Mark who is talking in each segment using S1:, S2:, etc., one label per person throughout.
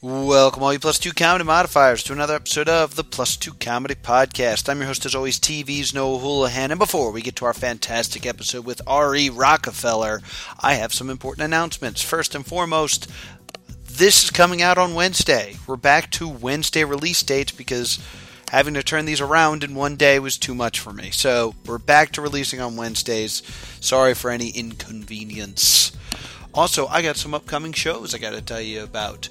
S1: Welcome, all you plus two comedy modifiers, to another episode of the Plus Two Comedy Podcast. I'm your host, as always, TV's Noah Houlihan. And before we get to our fantastic episode with R.E. Rockefeller, I have some important announcements. First and foremost, this is coming out on Wednesday. We're back to Wednesday release dates because having to turn these around in one day was too much for me. So we're back to releasing on Wednesdays. Sorry for any inconvenience. Also, I got some upcoming shows I got to tell you about.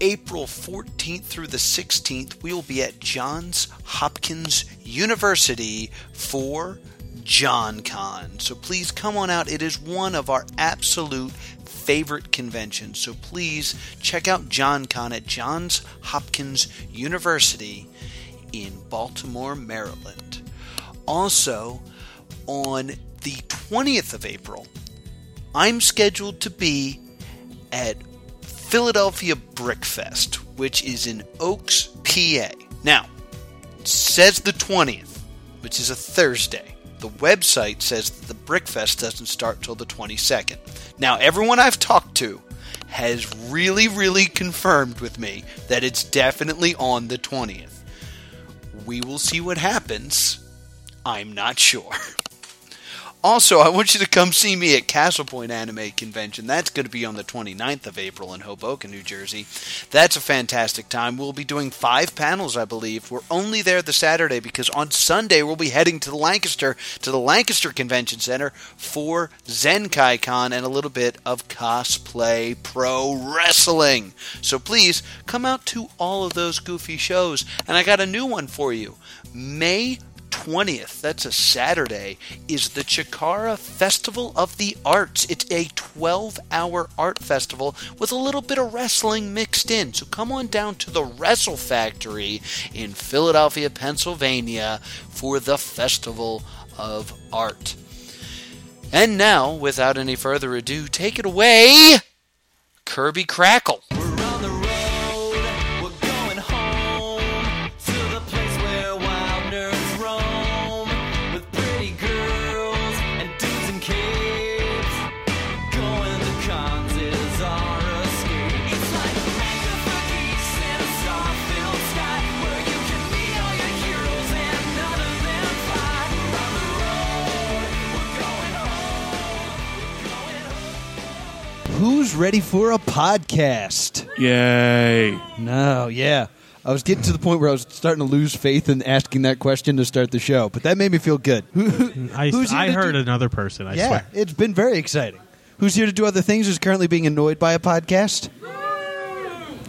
S1: April 14th through the 16th, we will be at Johns Hopkins University for John Con. So please come on out. It is one of our absolute favorite conventions. So please check out John Con at Johns Hopkins University in Baltimore, Maryland. Also, on the 20th of April, I'm scheduled to be at Philadelphia Brickfest, which is in Oaks, PA. Now, it says the 20th, which is a Thursday. The website says that the Brickfest doesn't start till the 22nd. Now, everyone I've talked to has really, really confirmed with me that it's definitely on the 20th. We will see what happens. I'm not sure. Also, I want you to come see me at Castle Point Anime Convention. That's going to be on the 29th of April in Hoboken, New Jersey. That's a fantastic time. We'll be doing five panels, I believe. We're only there the Saturday because on Sunday we'll be heading to the Lancaster to the Lancaster Convention Center for Zenkai Con and a little bit of cosplay pro wrestling. So please come out to all of those goofy shows. And I got a new one for you. May 20th, that's a Saturday, is the Chikara Festival of the Arts. It's a 12 hour art festival with a little bit of wrestling mixed in. So come on down to the Wrestle Factory in Philadelphia, Pennsylvania for the Festival of Art. And now, without any further ado, take it away, Kirby Crackle.
S2: We're on the road, we're going home to the place where wild nerds roam with pretty girls and dudes in capes. Going to cons is our escape. It's like Macafuckies and Starfield Sky, where you can meet all your heroes and none of them fly. We're on the road, we're going home, we're going home.
S3: Who's ready for a podcast?
S4: Yay.
S3: No, yeah. I was getting to the point where I was starting to lose faith in asking that question to start the show, but that made me feel good. Who, who-
S5: I,
S3: who's here
S5: I
S3: to
S5: heard
S3: do-
S5: another person. I
S3: yeah,
S5: swear.
S3: it's been very exciting. Who's here to do other things is currently being annoyed by a podcast?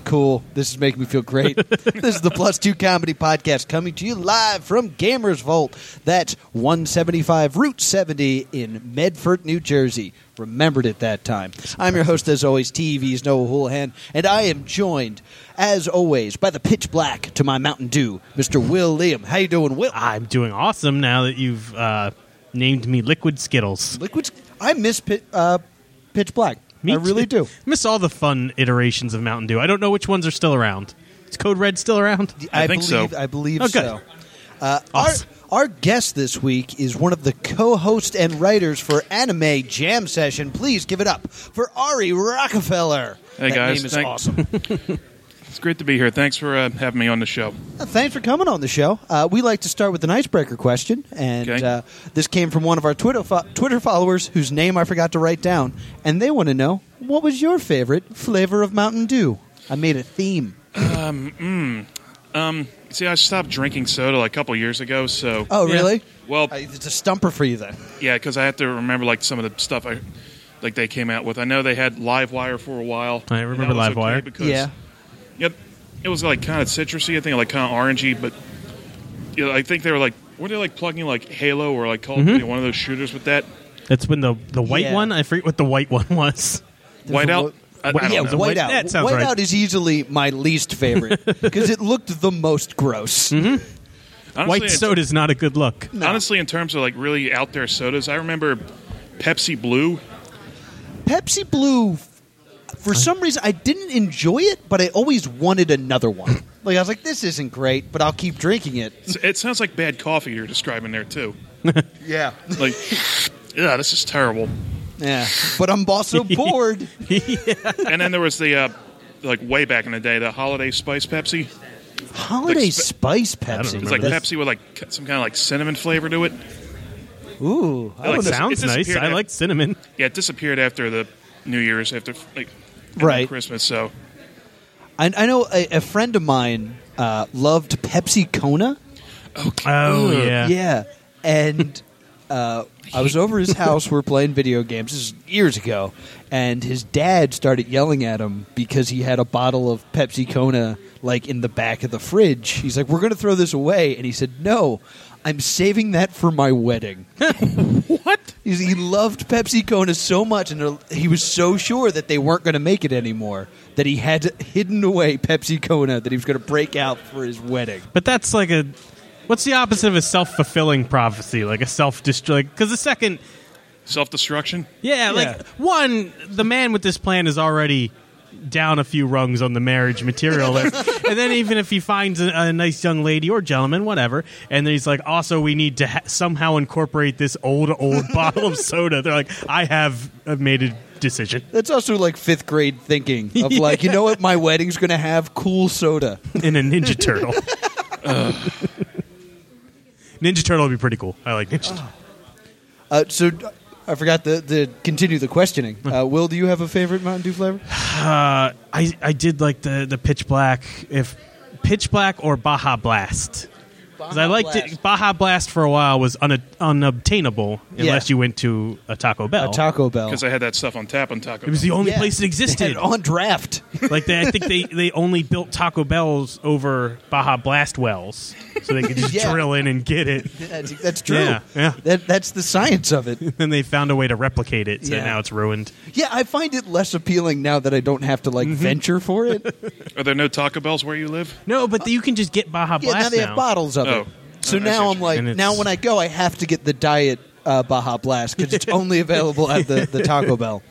S3: Cool. This is making me feel great. this is the Plus Two Comedy Podcast coming to you live from Gamers Vault. That's 175 Route 70 in Medford, New Jersey. Remembered it that time. I'm your host, as always, TV's Noah Houlihan, and I am joined, as always, by the pitch black to my Mountain Dew, Mr. Will Liam. How you doing, Will?
S5: I'm doing awesome now that you've uh, named me Liquid Skittles.
S3: Liquids. I miss pit, uh, pitch black.
S5: Me
S3: I really
S5: too.
S3: do.
S5: Miss all the fun iterations of Mountain Dew. I don't know which ones are still around. Is Code Red still around?
S4: I think so. Oh,
S3: believe, I believe
S5: Okay.
S3: so. Uh,
S5: Awesome.
S3: Our our guest this week is one of the co-hosts and writers for Anime Jam Session. Please give it up for Ari Rockefeller.
S4: Hey,
S3: that
S4: guys.
S3: name is
S4: Thank-
S3: awesome.
S4: It's great to be here. Thanks for uh, having me on the show.
S3: Uh, Thanks for coming on the show. Uh, we like to start with an icebreaker question, and
S4: Okay.
S3: uh, this came from one of our Twitter fo- Twitter followers whose name I forgot to write down, and they want to know what was your favorite flavor of Mountain Dew. I made a theme.
S4: See, I stopped drinking soda like a couple years ago, so
S3: Oh,
S5: Yeah.
S3: really?
S4: well,
S3: I, it's a stumper for you then.
S4: yeah, because I have to remember like some of the stuff I like they came out with. I know they had Livewire for a while.
S5: I
S4: and
S5: remember
S4: that was okay
S5: Livewire.
S4: because-
S3: yeah.
S4: Yep, it was like kind of citrusy. I think like kind of orangey, but you know, I think they were like were they like plugging like Halo or like Call
S3: Mm-hmm.
S4: of Duty, one of those shooters with that
S5: That's when the the white
S3: Yeah.
S5: one. I forget what the white one was.
S4: whiteout.
S3: wo-
S4: I, I
S3: Well,
S4: don't
S3: yeah,
S4: know.
S3: whiteout.
S5: That sounds
S3: whiteout
S5: right.
S3: is easily my least favorite because it looked the most gross.
S5: Mm-hmm.
S4: Honestly,
S5: white
S4: it's-
S5: soda is not a good look.
S4: Honestly, in terms of like really out there sodas, I remember Pepsi Blue.
S3: Pepsi Blue, f- for some reason, I didn't enjoy it, but I always wanted another one. Like I was like, this isn't great, but I'll keep drinking it.
S4: It sounds like bad coffee you're describing there too.
S3: Yeah,
S4: Like, yeah, this is terrible.
S3: yeah. But I'm also bored.
S4: And then there was the uh, like way back in the day, the holiday spice Pepsi.
S3: Holiday
S4: Like sp-
S3: spice
S5: don't
S3: Pepsi.
S4: It's
S5: remember
S4: like
S5: That's-
S4: Pepsi with like c- some kind of like cinnamon flavor to it.
S3: Ooh, I don't
S4: like
S3: know.
S4: sound-
S5: Sounds
S4: it
S5: nice.
S4: disappeared
S5: I
S4: after-
S5: like cinnamon.
S4: Yeah, it disappeared after the New Year's, after like after
S3: Right.
S4: Christmas. So
S3: I, I know a, a friend of mine uh, loved Pepsi Kona.
S5: Oh
S4: Ugh.
S5: yeah.
S3: Yeah, and uh, I was over his house. We're playing video games. This is years ago, and his dad started yelling at him because he had a bottle of Pepsi Kona like in the back of the fridge. He's like, "We're going to throw this away," and he said, "No, I'm saving that for my wedding."
S5: What?
S3: He's, he loved Pepsi Kona so much, and uh, he was so sure that they weren't going to make it anymore that he had hidden away Pepsi Kona that he was going to break out for his wedding.
S5: But that's like a what's the opposite of a self fulfilling prophecy? Like a self destroy? Because the second,
S4: self destruction.
S3: Yeah.
S5: yeah, like one, the man with this plan is already down a few rungs on the marriage material there. and then even if he finds a, a nice young lady or gentleman whatever and then he's like also we need to ha- somehow incorporate this old old bottle of soda they're like i have uh, made a decision
S3: That's also like fifth grade thinking of like, you know what, my wedding's going to have cool soda.
S5: in a Ninja Turtle. Ninja Turtle would be pretty cool. I like Ninja. Turtle.
S3: Uh, so d- I forgot the the continue the questioning. Uh, Will, do you have a favorite Mountain Dew flavor?
S5: Uh, I I did like the the Pitch Black. If Pitch Black or Baja Blast. 'Cause I liked
S3: Uh-huh.
S5: it. Baja Blast for a while was una- unobtainable unless
S3: Yeah.
S5: you went to a Taco Bell.
S3: A Taco Bell.
S4: Because I had that stuff on tap on Taco.
S5: Oh. it was the only
S3: Yeah.
S5: place it existed.
S3: on draft.
S5: like they, I think they, they only built Taco Bells over Baja Blast wells, so they could just
S3: Yeah.
S5: drill in and get it.
S3: That's, that's true.
S5: Yeah, yeah.
S3: That, that's the science of it.
S5: Then they found a way to replicate it, so
S3: Yeah.
S5: now it's ruined.
S3: Yeah, I find it less appealing now that I don't have to like
S5: Mm-hmm.
S3: venture for it.
S4: Are there no Taco Bells where you live?
S5: No, but you can just get Baja
S3: yeah,
S5: Blast
S3: now they have bottles of it. So
S4: Oh. Oh, I see
S3: now
S4: what
S3: I'm
S4: you-
S3: like,
S5: And it's-
S3: now when I go, I have to get the diet uh, Baja Blast because it's only available at the, the Taco Bell.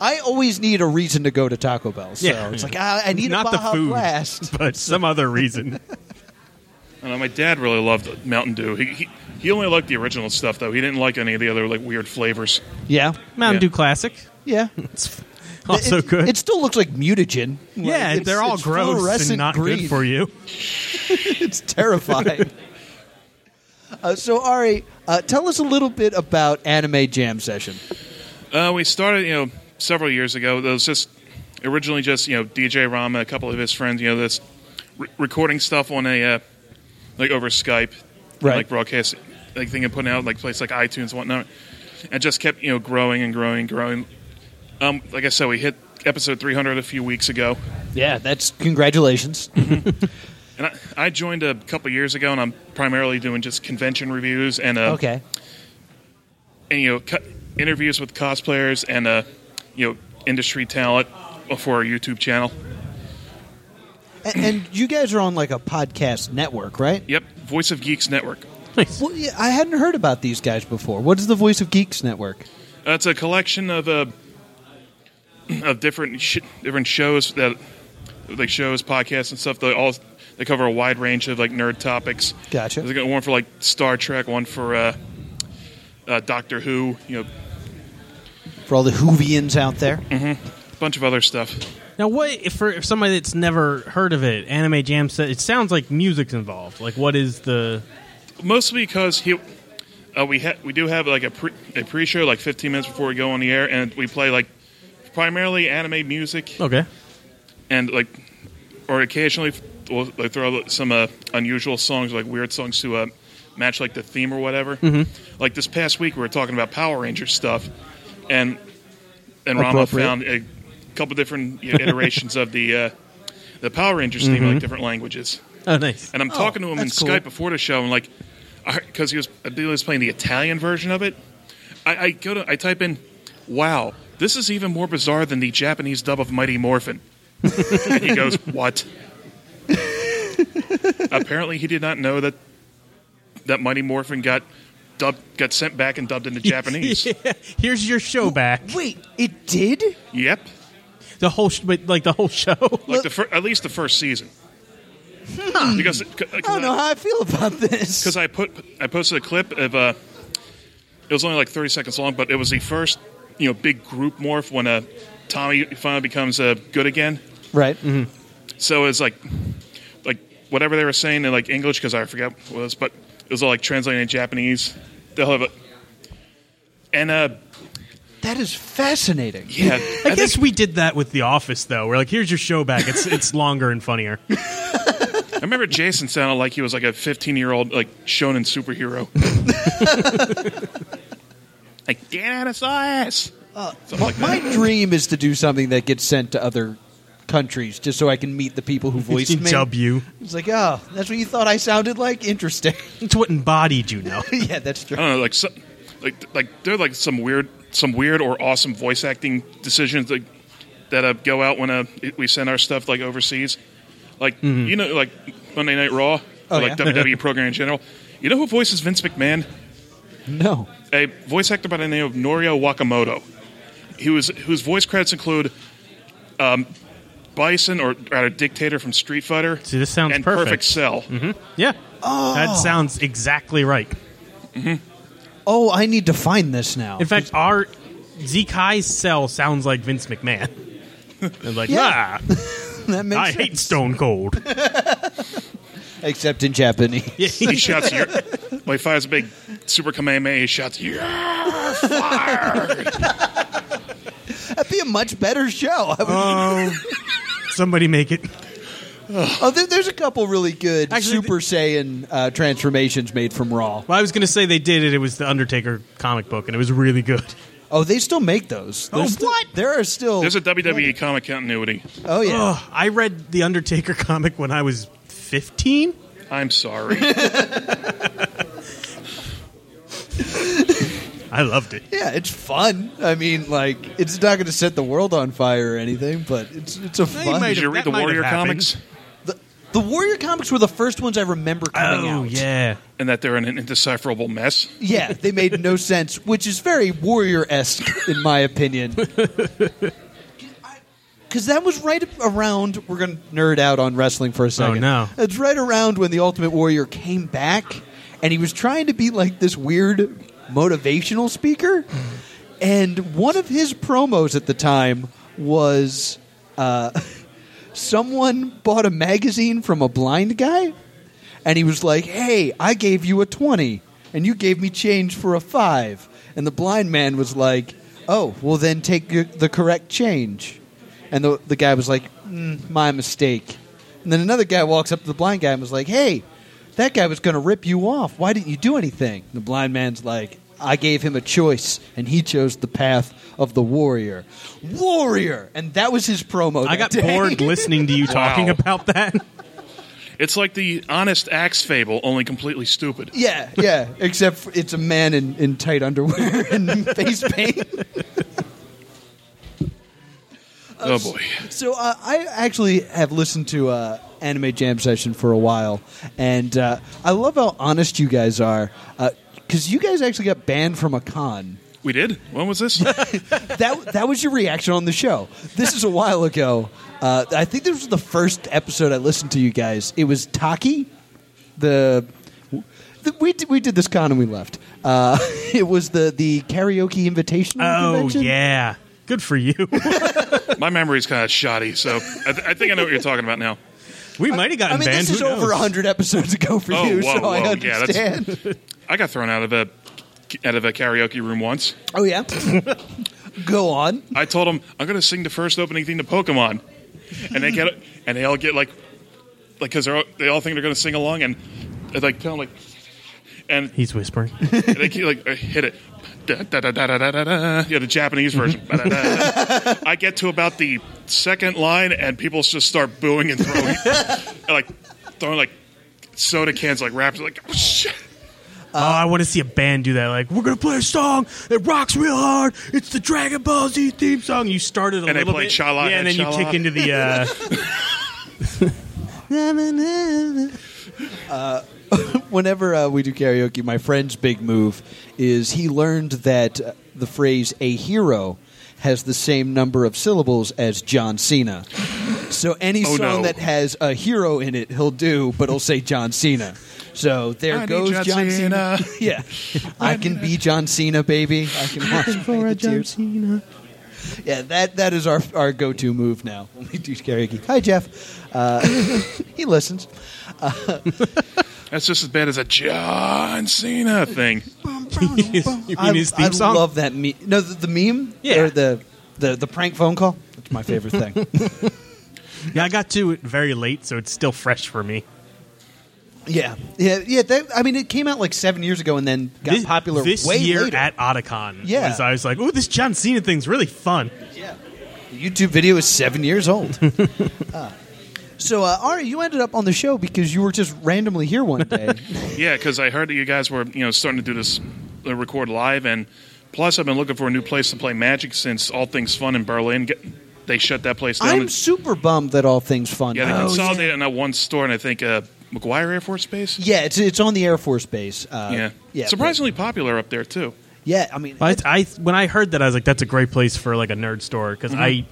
S3: I always need a reason to go to Taco Bell, so
S5: Yeah.
S3: it's like ah, I, I need
S5: Not
S3: a Baja
S5: the food,
S3: Blast.
S5: but some other reason.
S4: I don't know, my dad really loved Mountain Dew. He, he he only liked the original stuff though. He didn't like any of the other like weird flavors.
S3: Yeah,
S5: Mountain
S4: Yeah.
S5: Dew Classic,
S3: yeah.
S5: it's also
S3: it,
S5: good.
S3: It still looks like mutagen. Like,
S5: yeah,
S3: it's-
S5: they're all
S3: it's
S5: gross and
S3: fluorescent
S5: not
S3: green.
S5: good for you.
S3: it's terrifying. uh, so Ari, uh, tell us a little bit about Anime Jam Session.
S4: Uh, we started, you know, several years ago. It was just originally just you know DJ Rama, a couple of his friends, you know, this re- recording stuff on a uh, like over Skype, and,
S3: Right.
S4: Like broadcast, like thing and putting out like place like iTunes and whatnot, and just kept you know growing and growing and growing. Um, like I said, we hit episode 300 a few weeks ago,
S3: Yeah, that's congratulations.
S4: and I, I joined a couple of years ago, and I'm primarily doing just convention reviews and uh,
S3: okay.
S4: and you know co- interviews with cosplayers and uh, you know industry talent for our YouTube channel.
S3: And, and you guys are on like a podcast network, right?
S4: Yep, Voice of Geeks Network.
S5: Nice.
S3: Well, yeah, I hadn't heard about these guys before. What is the Voice of Geeks Network?
S4: Uh, it's a collection of uh, of different sh- different shows that like shows, podcasts, and stuff. They all they cover a wide range of like nerd topics.
S3: Gotcha.
S4: There's like, one for like Star Trek, one for uh, uh, Doctor Who, you know,
S3: For all the Hoovians out there,
S4: Mm. a bunch of other stuff.
S5: Now, what if for if somebody that's never heard of it? Anime Jam set. It sounds like music's involved. Like, what is the?
S4: Mostly because he. Uh, we ha- we do have like a pre a pre show like 15 minutes before we go on the air, and we play like primarily anime music
S5: Okay,
S4: and like or occasionally we'll like, throw some uh, unusual songs like weird songs to uh, match like the theme or whatever like this past week we were talking about power rangers stuff and and rama
S3: Appropriate.
S4: found a couple different you know, iterations of the uh, the power rangers theme in like different languages
S5: oh nice.
S4: and i'm talking to him in
S3: that's cool.
S4: skype before the show and like because he was I believe he was playing the italian version of it I, I go to i type in wow this is even more bizarre than the japanese dub of mighty morphin and he goes, "What?" Apparently, he did not know that that Mighty Morphin got dubbed, got sent back and dubbed into Japanese.
S5: Yeah. Here's your show back.
S3: wait, it did?
S4: Yep,
S5: The whole, sh- but like the whole show.
S4: like the fir- at least the first season. Because uh,
S3: I don't know
S4: because
S3: how I feel about this.
S4: I, put I posted a clip of uh, it was only like thirty seconds long, but it was the first you know big group morph when uh, Tommy finally becomes uh, good again.
S3: Right. Mm-hmm.
S4: So it's like, like whatever they were saying in like English because I forgot what it was, but it was all like translated in Japanese. They'll have a and uh
S3: That is fascinating.
S4: yeah.
S5: I,
S4: think-
S5: guess we did that with The Office, though. We're like, here's your show back. It's it's longer and funnier.
S4: I remember Jason sounded like he was like a 15 year old like shonen superhero. like Dinosaurus. Something like
S3: My
S4: that.
S3: dream is to do something that gets sent to other countries just so I can meet the people who voiced me.
S5: W.
S3: It's like, oh, that's what you thought I sounded like? Interesting.
S5: It's what embodied you now.
S3: yeah, that's true.
S4: I don't know, like so, like like they're like some weird some weird or awesome voice acting decisions that that uh, go out when uh, we send our stuff like overseas. Like you know like Monday Night Raw
S3: Oh,
S4: or like
S3: yeah.
S4: WWE program in general. You know who voices Vince McMahon? Uh-huh.
S3: No.
S4: a voice actor by the name of Norio Wakamoto. He was whose voice credits include um, Bison or, or a dictator from Street Fighter.
S5: See, this sounds
S4: and
S5: perfect.
S4: Cell.
S5: Yeah. That sounds exactly right.
S3: Oh, I need to find this now.
S5: In fact, our Zekai's cell sounds like Vince McMahon. And like,
S3: Yeah.
S5: ah,
S3: that makes
S5: I
S3: sense.
S5: hate Stone Cold.
S3: Except in Japanese.
S4: He shouts, "Yer-" well, he fires a big Super Kamehameha. He shouts, "Yer, fire!"
S3: That'd be a much better show.
S5: Uh-huh.
S3: I would-
S5: Somebody make it.
S3: oh, there, there's a couple really good
S5: Actually,
S3: Super Saiyan uh, transformations made from Raw.
S5: Well, I was going to say they did it. It was the Undertaker comic book, and it was really good.
S3: Oh, they still make those.
S5: Oh,
S3: There's still-
S5: what?
S3: There are
S5: Oh,
S3: still.
S4: There's a WWE comic continuity.
S3: oh yeah.
S5: Ugh, I read the Undertaker comic when I was 15.
S4: I'm sorry.
S5: I loved it.
S3: Yeah, it's fun. I mean, like, it's not going to set the world on fire or anything, but it's it's a
S5: They
S3: fun.
S5: might
S4: Did you
S5: have-
S4: read
S5: that
S4: the
S5: might have
S4: Warrior
S5: happened.
S4: comics?
S3: The, the Warrior comics were the first ones I remember coming
S5: Oh,
S3: out.
S5: yeah.
S4: And that they're an indecipherable mess.
S3: Yeah, they made no sense, which is very warrior esque, in my opinion. Because that was right around. We're going to nerd out on wrestling for a second.
S5: no.
S3: It's right around when the Ultimate Warrior came back, and he was trying to be like this weird motivational speaker. And one of his promos at the time was uh, someone bought a magazine from a blind guy and he was like, "Hey, I gave you a 20 and you gave me change for a 5." And the blind man was like, "Oh, well then take your, the correct change." And the the guy was like, mm, "My mistake." And then another guy walks up to the blind guy and was like, "Hey, that guy was going to rip you off. Why didn't you do anything?" And the blind man's like, "I gave him a choice and he chose the path of the warrior." Warrior. And that was his promo.
S5: I
S3: that
S5: got
S3: day.
S5: bored listening to you talking
S4: Wow.
S5: about that.
S4: It's like the honest axe fable, only completely stupid.
S3: Yeah, yeah. Except for it's a man in, in tight underwear and face paint.
S4: Oh boy.
S3: So uh, I actually have listened to uh, Anime Jam Session for a while, and uh, I love how honest you guys are. Because you guys actually got banned from a con.
S4: We did? When was this?
S3: That that was your reaction on the show. This is a while ago. Uh, I think this was the first episode I listened to you guys. It was Taki, the. the- We did, we did this con and we left. Uh, it was the, the karaoke invitation.
S5: Oh, yeah. Good for you.
S4: My memory's kind of shoddy, so I, th- I think I know what you're talking about now.
S5: We might have
S3: I
S5: gotten
S3: mean,
S5: banned.
S3: this is
S5: Who
S3: over
S5: knows?
S3: hundred episodes ago for
S4: Oh,
S3: you,
S4: whoa,
S3: so I
S4: whoa, yeah, that's-
S3: understand.
S4: I got thrown out of a out of a karaoke room once.
S3: oh yeah, go on.
S4: I told them I'm going to sing the first opening theme to Pokemon, and they get and they all get like like because they all they all think they're going to sing along, and I, like tell them like and
S5: He's whispering.
S3: Uh,
S4: and they keep like I hit it. Da, da, da, da, da, da, da, da. Yeah, the Japanese version. Da, da, da, da. I get to about the second line, and people just start booing and throwing, and, like throwing like soda cans, like wraps, like oh, shit.
S5: oh, I want to see a band do that. Like, we're going to play a song that rocks real hard. It's the Dragon Ball Z theme song. You started a
S4: And they
S5: little
S4: play
S5: bit.
S4: Shala
S5: yeah,
S4: and
S5: and then
S4: Shala.
S5: you kick into the. Uh,
S3: Uh, Whenever uh, we do karaoke, my friend's big move is he learned that uh, the phrase "a hero" has the same number of syllables as John Cena. So any
S4: Oh,
S3: song
S4: no.
S3: that has a hero in it, he'll do, but he'll say John Cena. So there
S4: I need
S3: goes
S4: John
S3: John, Cena.
S4: Cena.
S3: yeah, I can be John Cena, baby. I can watch for a John Cena. yeah, that that is our our go to move now when we do karaoke. Hi, Jeff. Uh, he listens.
S4: That's just as bad as a John Cena thing.
S5: you mean
S3: I,
S5: his theme
S3: I
S5: song?
S3: love that meme. No, the, the meme
S5: Yeah.
S3: or the, the the prank phone call. That's my favorite thing.
S5: yeah, I got to it very late, so it's still fresh for me.
S3: yeah, yeah, yeah. That, I mean, it came out like seven years ago and then got
S5: this,
S3: popular
S5: this
S3: way
S5: year
S3: later.
S5: at Otacon.
S3: Yeah.
S5: was- I was like, "Ooh, this John Cena thing's really fun."
S3: The YouTube video is seven years old. Ah. So, uh, Ari, you ended up on the show because you were just randomly here one day.
S4: Yeah, because I heard that you guys were you know starting to do this uh, record live, and plus I've been looking for a new place to play Magic since All Things Fun in Berlin. Get, they shut that place down.
S3: I'm super bummed that all things fun.
S4: yeah, they
S3: Oh,
S4: consolidated in that one store, and I think uh, McGuire Air Force Base.
S3: yeah, it's it's on the Air Force Base. Uh,
S4: yeah,
S3: yeah,
S4: surprisingly popular up there too.
S3: but- yeah, I Mm-hmm. mean,
S5: But I, when I heard that, I was like, "That's a great place for like a nerd store," because I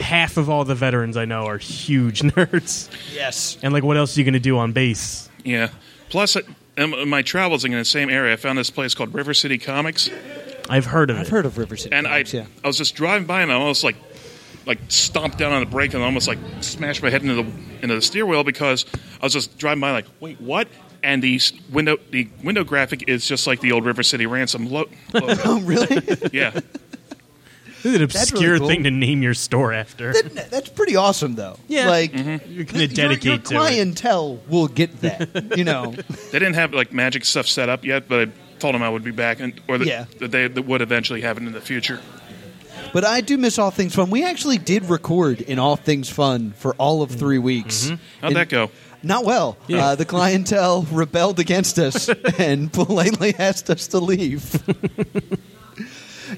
S5: half of all the veterans I know are huge nerds.
S3: yes,
S5: And like, what else are you going to do on base?
S4: Yeah. Plus, I, in my travels in the same area, I found this place called River City Comics,
S5: I've heard of
S3: I've
S5: it.
S3: heard of River City.
S4: and I
S3: Comics, yeah.
S4: I was just driving by and I almost like like stomped down on the brake and almost like smashed my head into the into the steer wheel because I was just driving by like wait what. And the s- window, the window graphic is just like the old River City Ransom lo- logo.
S3: Oh, really?
S4: yeah,
S5: This is an
S3: really
S5: obscure
S3: cool.
S5: thing to name your store after.
S3: That- that's pretty awesome, though.
S5: Yeah.
S3: like
S4: Mm-hmm.
S5: You're going to
S3: th- your-
S5: dedicate
S3: your,
S5: to it.
S3: clientele will get that. You know,
S4: they didn't have like magic stuff set up yet, but I told them I would be back, and or that,
S3: Yeah.
S4: that they that would eventually happen in the future.
S3: but I do miss All Things Fun. We actually did record in All Things Fun for all of three
S5: Mm-hmm.
S3: weeks.
S4: Mm-hmm. How'd
S3: And
S4: that go?
S3: Not well.
S5: Yeah.
S3: Uh, the clientele rebelled against us and politely asked us to leave.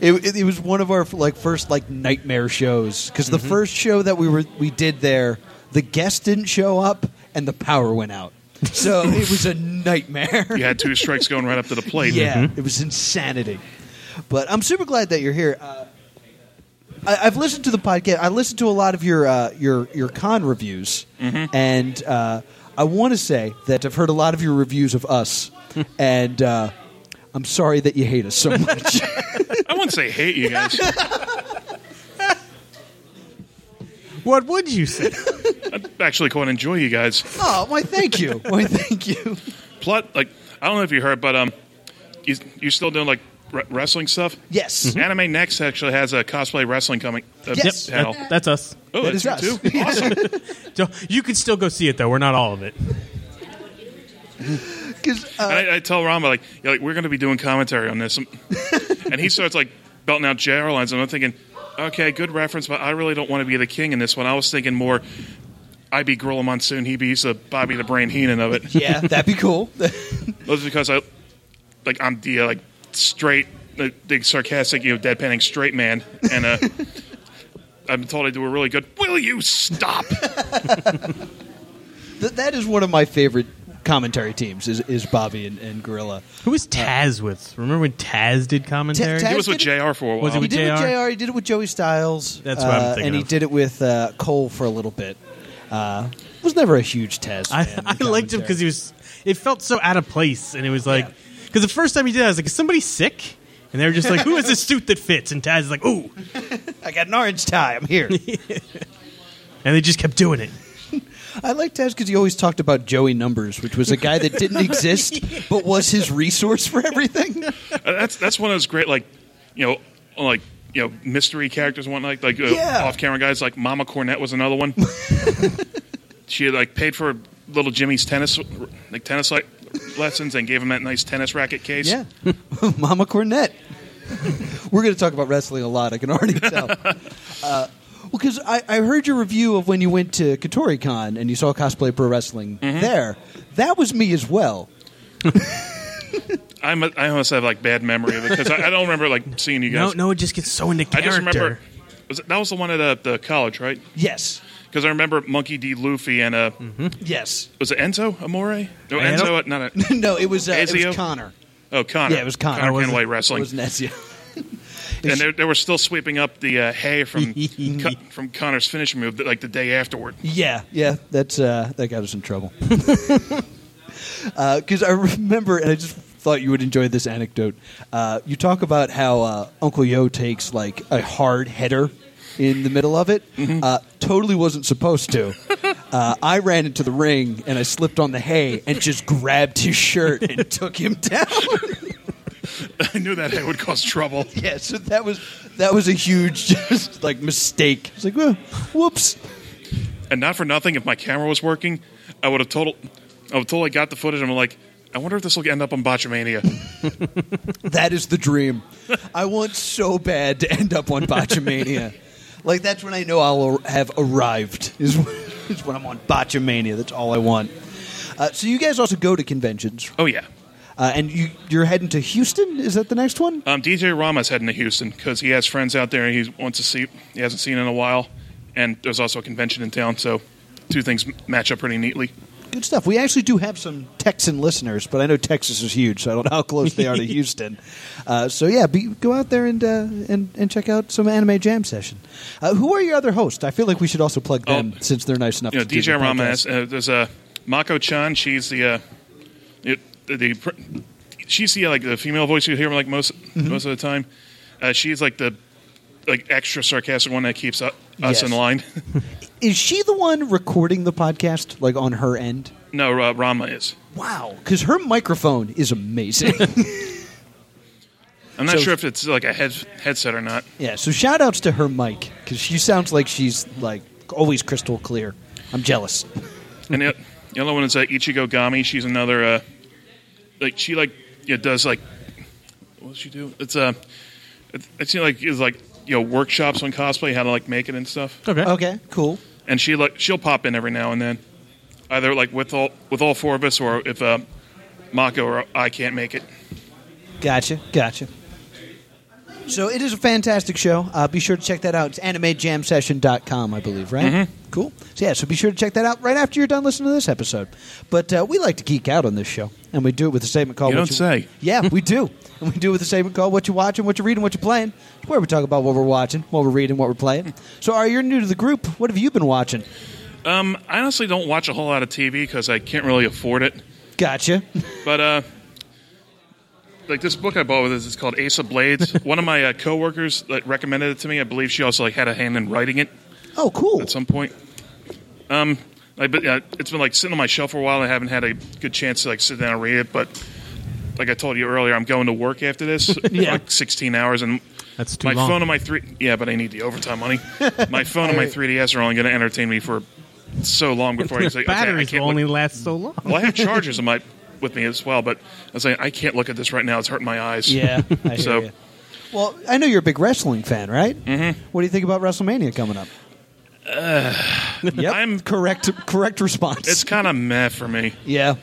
S3: It, it, it was one of our like first like nightmare shows because the first show that we were we did there, the guest didn't show up and the power went out, so it was a nightmare.
S4: You had two strikes going right up to the plate.
S3: Yeah, it was insanity. But I'm super glad that you're here. Uh, I, I've listened to the podcast. I listened to a lot of your uh, your your con reviews, and uh, I want to say that I've heard a lot of your reviews of us, and uh, I'm sorry that you hate us so much.
S4: I wouldn't say hate you guys.
S5: What would you say?
S4: I actually quite enjoy you guys.
S3: oh, why? Thank you. Why? Thank you.
S4: Plot like I don't know if you heard, but um, you you still doing like re- wrestling stuff?
S3: Yes.
S5: Mm-hmm.
S4: Anime Next actually has a cosplay wrestling coming. Uh,
S3: Yes.
S4: panel.
S5: That- that's us.
S4: oh,
S3: that is
S4: that's you
S3: us.
S4: too. Awesome.
S5: So you can still go see it though. We're not all of it.
S3: 'Cause, uh,
S4: And I, I tell Rama like, yeah, like we're going to be doing commentary on this, and he starts like belting out JR lines, and I'm thinking, okay, good reference, but I really don't want to be the king in this one. I was thinking more, I be Gorilla Monsoon, he be the Bobby the Brain Heenan of it.
S3: yeah, that'd be cool.
S4: That's because I, like, I'm the uh, like straight, the, the sarcastic, you know, deadpanning straight man, and uh, I've been told I do a really good. Will you stop?
S3: Th- that is one of my favorite commentary teams is, is Bobby and, and Gorilla.
S5: Who was Taz with? Remember when Taz did commentary?
S3: Uh, Ta-
S4: He
S3: Taz-
S4: was with JR for a while.
S5: Was he
S3: He
S5: with-
S3: did it with
S5: JR?
S3: JR. He did it with Joey Styles.
S5: That's what I'm
S3: uh,
S5: thinking
S3: And he
S5: of.
S3: did it with uh, Cole for a little bit. Uh, was never a huge test.
S5: I, I liked him because he was. It felt so out of place, and it was like because the first time he did, it, I was like, "Is somebody sick?" And they were just like, "Who has a suit that fits?" And Taz is like, "Ooh,"
S3: I got an orange tie. I'm here.
S5: and they just kept doing it.
S3: I liked Taz because he always talked about Joey Numbers, which was a guy that didn't exist but was his resource for everything.
S4: Uh, that's that's one of those great like, you know, like you know, mystery characters and whatnot. Like uh,
S3: Yeah.
S4: off-camera guys, like Mama Cornette was another one. she had, like paid for little Jimmy's tennis like tennis like lessons and gave him that nice tennis racket case.
S3: Yeah, Mama Cornette. We're going to talk about wrestling a lot. I can already tell. Uh, well, because I, I heard your review of when you went to KatoriCon and you saw cosplay pro wrestling
S5: Mm-hmm.
S3: there. That was me as well.
S4: I mu- I almost have like bad memory of it because I, I don't remember like seeing you
S5: No,
S4: guys.
S5: no, it just gets so into
S4: I
S5: character.
S4: just remember was it- that was the one at uh, the college, right?
S3: Yes.
S4: Because I remember Monkey D. Luffy and uh,
S3: Mm-hmm. Yes.
S4: was it Enzo Amore? No,
S5: I don't-
S4: Enzo. uh, Not a,
S3: no, it was uh, it
S4: Ezio?
S3: was Connor.
S4: oh, Connor.
S3: Yeah, it was Connor. I
S4: Connor
S3: wasn't-
S4: Canaway
S3: It
S4: wrestling.
S3: was Nezia.
S4: and they, they were still sweeping up the uh, hay from Con- from Connor's finishing move like the day afterward.
S3: Yeah, yeah, that's uh, that got us in trouble. Because I Uh, remember, and I just thought you would enjoy this anecdote. Uh, you talk about how uh, Uncle Yo takes like a hard header in the middle of it.
S4: Mm-hmm.
S3: Uh, totally wasn't supposed to. Uh, I ran into the ring and I slipped on the hay and just grabbed his shirt and took him down.
S4: I knew that it would cause trouble.
S3: yeah, so that was that was a huge just like mistake. It's like, "Whoa, whoops.
S4: And not for nothing, if my camera was working, I would have total, I would totally got the footage. and I'm like, I wonder if this will end up on Botchamania.
S3: That is the dream. I want so bad to end up on Botchamania. like that's when I know I'll ar- have arrived. Is when, is when I'm on Botchamania. That's all I want. Uh, so you guys also go to conventions,
S4: oh yeah,
S3: uh, and you you're heading to Houston. Is that the next one?
S4: um, DJ Rama's heading to Houston because he has friends out there and he wants to see. He hasn't seen in a while, and there's also a convention in town, so two things m- match up pretty neatly.
S3: Good stuff. We actually do have some Texan listeners, but I know Texas is huge, so I don't know how close they are to Houston. Uh, so yeah, be, go out there and, uh, and and check out some anime jam session. Uh, who are your other hosts? I feel like we should also plug them
S4: Oh,
S3: since they're nice enough.
S4: You know,
S3: to do
S4: DJ
S3: the
S4: Rama
S3: podcast.
S4: has, uh, there's uh, Mako Chan. She's the, uh, it, the, the pr- she's the uh, like the female voice you hear like most
S3: Mm-hmm.
S4: most of the time. Uh, she's like the like extra sarcastic one that keeps u- us
S3: Yes.
S4: in line.
S3: Is she the one recording the podcast, like on her end?
S4: no, uh, Rama is.
S3: Wow, because her microphone is amazing.
S4: I'm not
S3: So-
S4: sure if it's like a head, headset or not.
S3: yeah, so shout outs to her mic because she sounds like she's like always crystal clear. I'm jealous. Mm-hmm.
S4: And the, the other one is uh, Ichigo Gami. She's another uh, like she like yeah, does like what does she do? It's uh, it's, it's you know, like is like you know workshops on cosplay, how to like make it and stuff.
S5: Okay.
S3: Okay, cool.
S4: and she like she'll pop in every now and then, either like with all with all four of us, or if uh, Mako or I can't make it.
S3: Gotcha, gotcha. So it is a fantastic show. Uh, be sure to check that out. It's animejamsession.com, I believe, right?
S4: Mm-hmm.
S3: Cool. So, yeah, so be sure to check that out right after you're done listening to this episode. But uh, we like to geek out on this show, and we do it with a segment called
S4: You
S3: What
S4: don't say.
S3: Yeah, we do. And we do it with a segment called What You Watching, What You Reading, What You Playing, where we talk about what we're watching, what we're reading, what we're playing. So, Ari, you're new to the group. What have you been watching?
S4: Um, I honestly don't watch a whole lot of TV because I can't really afford it.
S3: Gotcha.
S4: But uh, like this book I bought with us is called Ace of Blades. One of my uh, coworkers like, recommended it to me. I believe she also like had a hand in writing it
S3: Oh, cool.
S4: at some point. Um, like, but uh, it's been like sitting on my shelf for a while. and I haven't had a good chance to like sit down and read it, but. Like I told you earlier, I'm going to work after this,
S5: Yeah.
S4: like 16 hours, and
S5: That's too
S4: my
S5: long.
S4: phone and my three yeah, but I need the overtime money. My phone and my 3ds are only going to entertain me for so long before I say okay, I
S5: Batteries
S4: can't
S5: will only
S4: look.
S5: last so long.
S4: Well, I have chargers in my with me as well, but I say I can't look at this right now. It's hurting my eyes.
S3: yeah, I hear
S4: So-
S3: ya. Well, I know you're a big wrestling fan, right? Mm-hmm. What do you think about WrestleMania coming up? yep,
S4: Uh, I'm-
S3: correct. Correct response.
S4: It's kind of meh for me.
S3: yeah.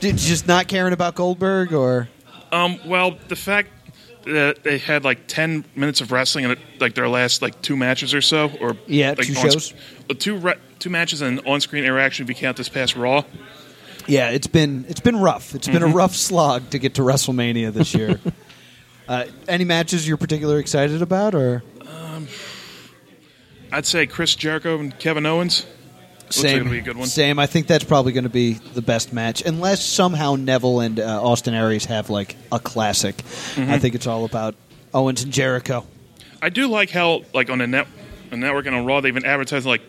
S3: Did you just not caring about Goldberg, or
S4: Um, well, the fact that they had like ten minutes of wrestling in it, like their last like two matches or so, or
S3: Yeah,
S4: like,
S3: two
S4: on-
S3: shows.
S4: uh, two re- two matches and on-screen interaction. If you count this past Raw,
S3: yeah, it's been it's been rough. It's been a rough slog to get to WrestleMania this year. uh, any matches you're particularly excited about, or
S4: I'd say Chris Jericho and Kevin Owens. Looks like it'll be a good one.
S3: Same. I think that's probably going to be the best match, unless somehow Neville and uh, Austin Aries have like a classic.
S4: Mm-hmm.
S3: I think it's all about Owens and Jericho.
S4: I do like how like on the net, on network and on Raw they've been advertising like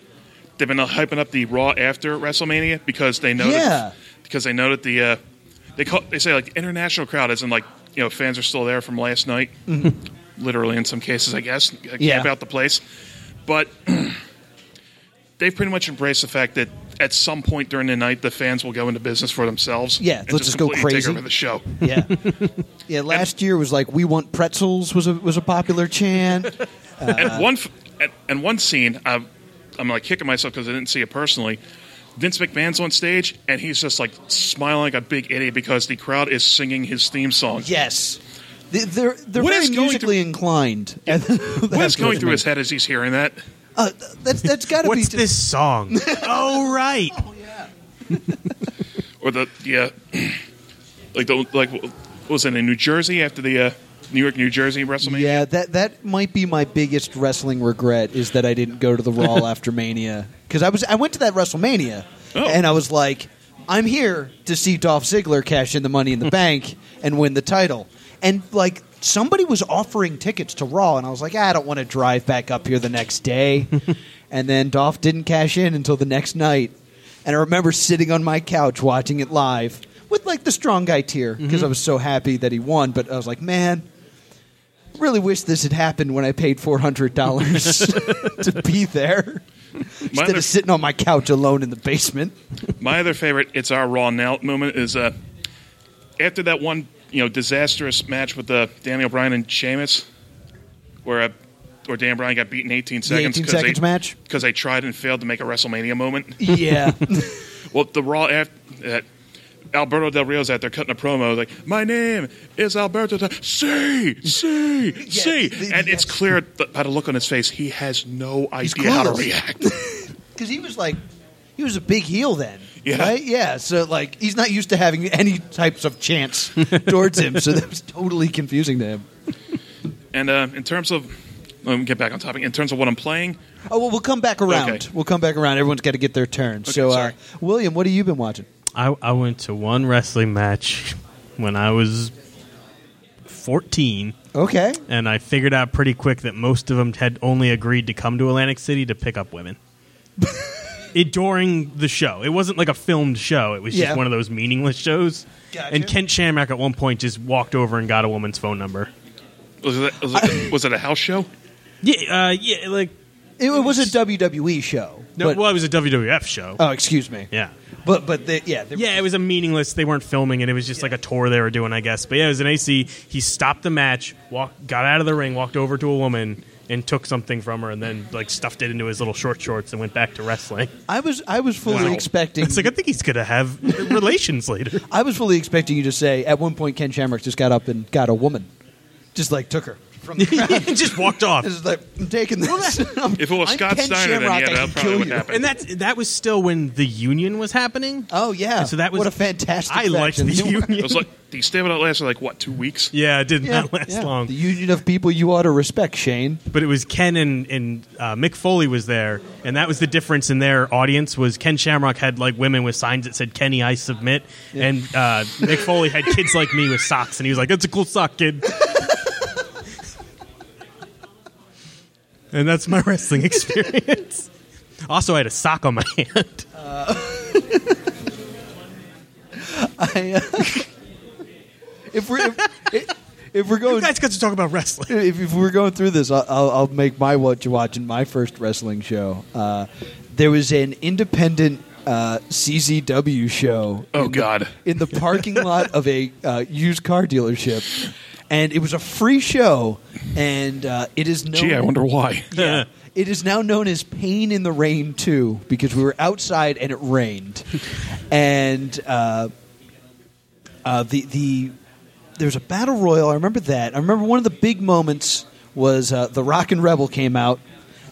S4: they've been hyping up the Raw after WrestleMania because they know
S3: Yeah.
S4: that, because they know that the uh, they call they say like international crowd isn't like you know fans are still there from last night, literally in some cases I guess uh,
S3: Mm-hmm. Yeah.
S4: camp out the place, but they've pretty much embraced the fact that at some point during the night the fans will go into business for themselves.
S3: Yeah,
S4: and
S3: let's just go
S4: completely
S3: crazy.
S4: Take over the show.
S3: Yeah, yeah. Last year was like "We want pretzels" was a was a popular chant.
S4: and one f- and, and one scene I've, i'm like kicking myself because i didn't see it personally vince mcmahon's on stage and he's just like smiling like a big idiot because the crowd is singing his theme song
S3: yes, They- they're they're
S4: What
S3: very
S4: is going
S3: musically inclined. what
S4: what is going through his head as he's hearing that
S3: Uh, that's that's got to be
S5: What's this song? oh right.
S4: or the yeah like the like what was it in new jersey after the uh, new york new jersey wrestlemania
S3: Yeah, that that might be my biggest wrestling regret is that I didn't go to the Raw after Mania because I was I went to that WrestleMania
S4: Oh.
S3: and I was like, I'm here to see Dolph Ziggler cash in the money in the bank and win the title. And like somebody was offering tickets to Raw, and I was like, "Ah, I don't want to drive back up here the next day. and then Dolph didn't cash in until the next night. And I remember sitting on my couch watching it live with like the strong guy tear because
S4: Mm-hmm.
S3: I was so happy that he won. But I was like, man, really wish this had happened when I paid four hundred dollars to be there
S4: My
S3: instead
S4: other,
S3: of sitting on my couch alone in the basement.
S4: my other favorite, it's our Raw now moment is uh, after that one you know disastrous match with uh, Daniel Bryan and Sheamus, where uh, where Dan Bryan got beaten 18 seconds
S3: 18 seconds match?
S4: because they tried and failed to make a WrestleMania moment.
S3: Yeah,
S4: Well, the Raw after uh, Alberto Del Rio's out there cutting a promo like, "My name is Alberto." Del- see, see, see,
S3: the-
S4: and
S3: yes.
S4: it's clear th- by the look on his face, he has no
S3: He's
S4: idea how to
S3: clueless.
S4: react.
S3: because he was like, he was a big heel then.
S4: Yeah.
S3: Right? Yeah. So like, he's not used to having any types of chance towards him. So that was totally confusing to him.
S4: and uh, in terms of, let me get back on topic. In terms of what I'm playing,
S3: Oh well, we'll come back around.
S4: Okay.
S3: We'll come back around. Everyone's got to get their turn. so, uh,
S4: sorry.
S3: William, what have you been watching?
S5: I, I went to one wrestling match when I was 14,
S3: Okay.
S5: and I figured out pretty quick that most of them had only agreed to come to Atlantic City to pick up women. it during the show. It wasn't like a filmed show. It was
S3: Yeah.
S5: just one of those meaningless shows.
S3: Gotcha.
S5: And Kent Shamrock at one point just walked over and got a woman's phone number.
S4: was it was it, was it a house show?
S5: Yeah, uh, yeah, like
S3: It, was a WWE show.
S5: no,
S3: but-
S5: well, it was a WWF show.
S3: oh, excuse me.
S5: yeah.
S3: But but they, yeah, they-
S5: Yeah, it was a meaningless. They weren't filming it. It was just like a tour they were doing, I guess. But yeah, it was an AC. He stopped the match, walked, got out of the ring, walked over to a woman, and took something from her, and then like stuffed it into his little short shorts and went back to wrestling.
S3: I was I was fully
S5: Wow.
S3: expecting
S5: It's like I think he's gonna have relations later.
S3: I was fully expecting you to say at one point Ken Shamrock just got up and got a woman, just like took her from the crowd.
S5: he just walked off.
S3: This is like I'm taking this.
S4: If it was
S3: I'm
S4: Scott
S3: Ken
S4: Steiner,
S3: Shamrock, I
S4: then yeah,
S3: can
S4: that
S3: kill
S4: probably would
S3: you.
S4: happen.
S5: And that's that was still when the union was happening.
S3: oh yeah,
S5: So that was-
S3: what a fantastic.
S5: I liked
S3: faction.
S5: the
S3: You-
S5: union.
S4: it was like the stable that lasted like what two weeks.
S5: Yeah, it did
S3: Yeah,
S5: not last
S3: yeah.
S5: long.
S3: The union of people you ought to respect, Shane.
S5: but it was Ken and, and uh, Mick Foley was there, and that was the difference in their audience was Ken Shamrock had like women with signs that said "Kenny, I submit," and uh, Mick Foley had kids like me with socks, and he was like, "That's a cool sock, kid." and that's my wrestling experience. also, I had a sock on my hand.
S3: I, uh, if we're if, if we're
S5: You
S3: going
S5: guys got to talk about wrestling.
S3: if, if we're going through this, I'll, I'll, I'll make my what you watch in my first wrestling show. Uh, there was an independent uh, CZW show
S4: Oh God,
S3: in the parking lot of a uh, used car dealership, and it was a free show, and uh, it is known.
S4: gee, I wonder why.
S5: Yeah.
S3: It is now known as Pain in the Rain 2 because we were outside and it rained. and uh, uh, the, the there was a battle royal. I remember that. I remember one of the big moments was uh, the Rock and Rebel came out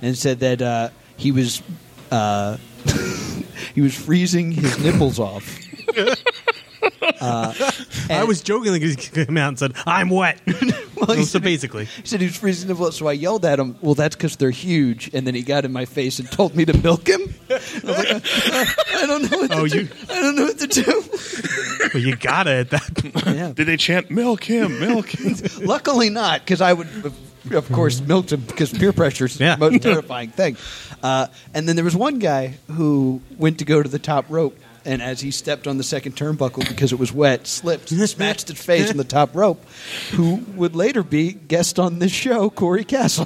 S3: and said that uh, he was uh, he was freezing his nipples off.
S5: I was joking because he came out and said, "I'm wet."
S3: Well, he
S5: so
S3: said-
S5: basically,
S3: He said he was freezing the blood, so I yelled at him, Well, that's because they're huge. And then he got in my face and told me to milk him. I was like, "Uh, uh, I don't know what to
S5: Oh,
S3: do.
S5: you-
S3: I don't know what to do.
S5: well, you got it at that point.
S3: Yeah.
S4: Did they chant "Milk him, milk him"?
S3: Luckily, not, because I would, have, of course, milked him because peer pressure is
S5: Yeah.
S3: the most terrifying thing. Uh, and then there was one guy who went to go to the top rope, and as he stepped on the second turnbuckle because it was wet, slipped, smashed his face on the top rope, who would later be guest on this show, Corey Castle.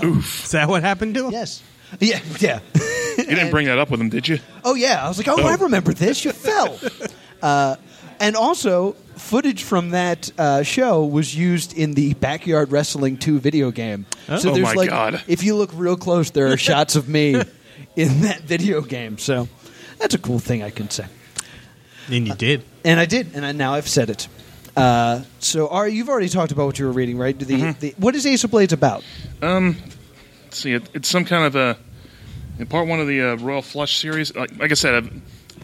S5: Is that what happened to him?
S3: yes. Yeah, yeah.
S4: You didn't bring that up with him, did you?
S3: Oh yeah, I was like, oh, I remember this. You fell. Uh, and also, footage from that uh, show was used in the Backyard Wrestling Two video game. So
S4: Oh
S3: there's
S4: my
S3: like,
S4: God.
S3: if you look real close, there are shots of me in that video game. So that's a cool thing I can say.
S5: And you did.
S3: And I did, and I, now I've said it. Uh, so, Ari, you've already talked about what you were reading, right? The,
S4: Mm-hmm.
S3: the, what is Ace of Blades about?
S4: see it, it's some kind of a in part one of the uh, Royal Flush series. Like, like I said, I've,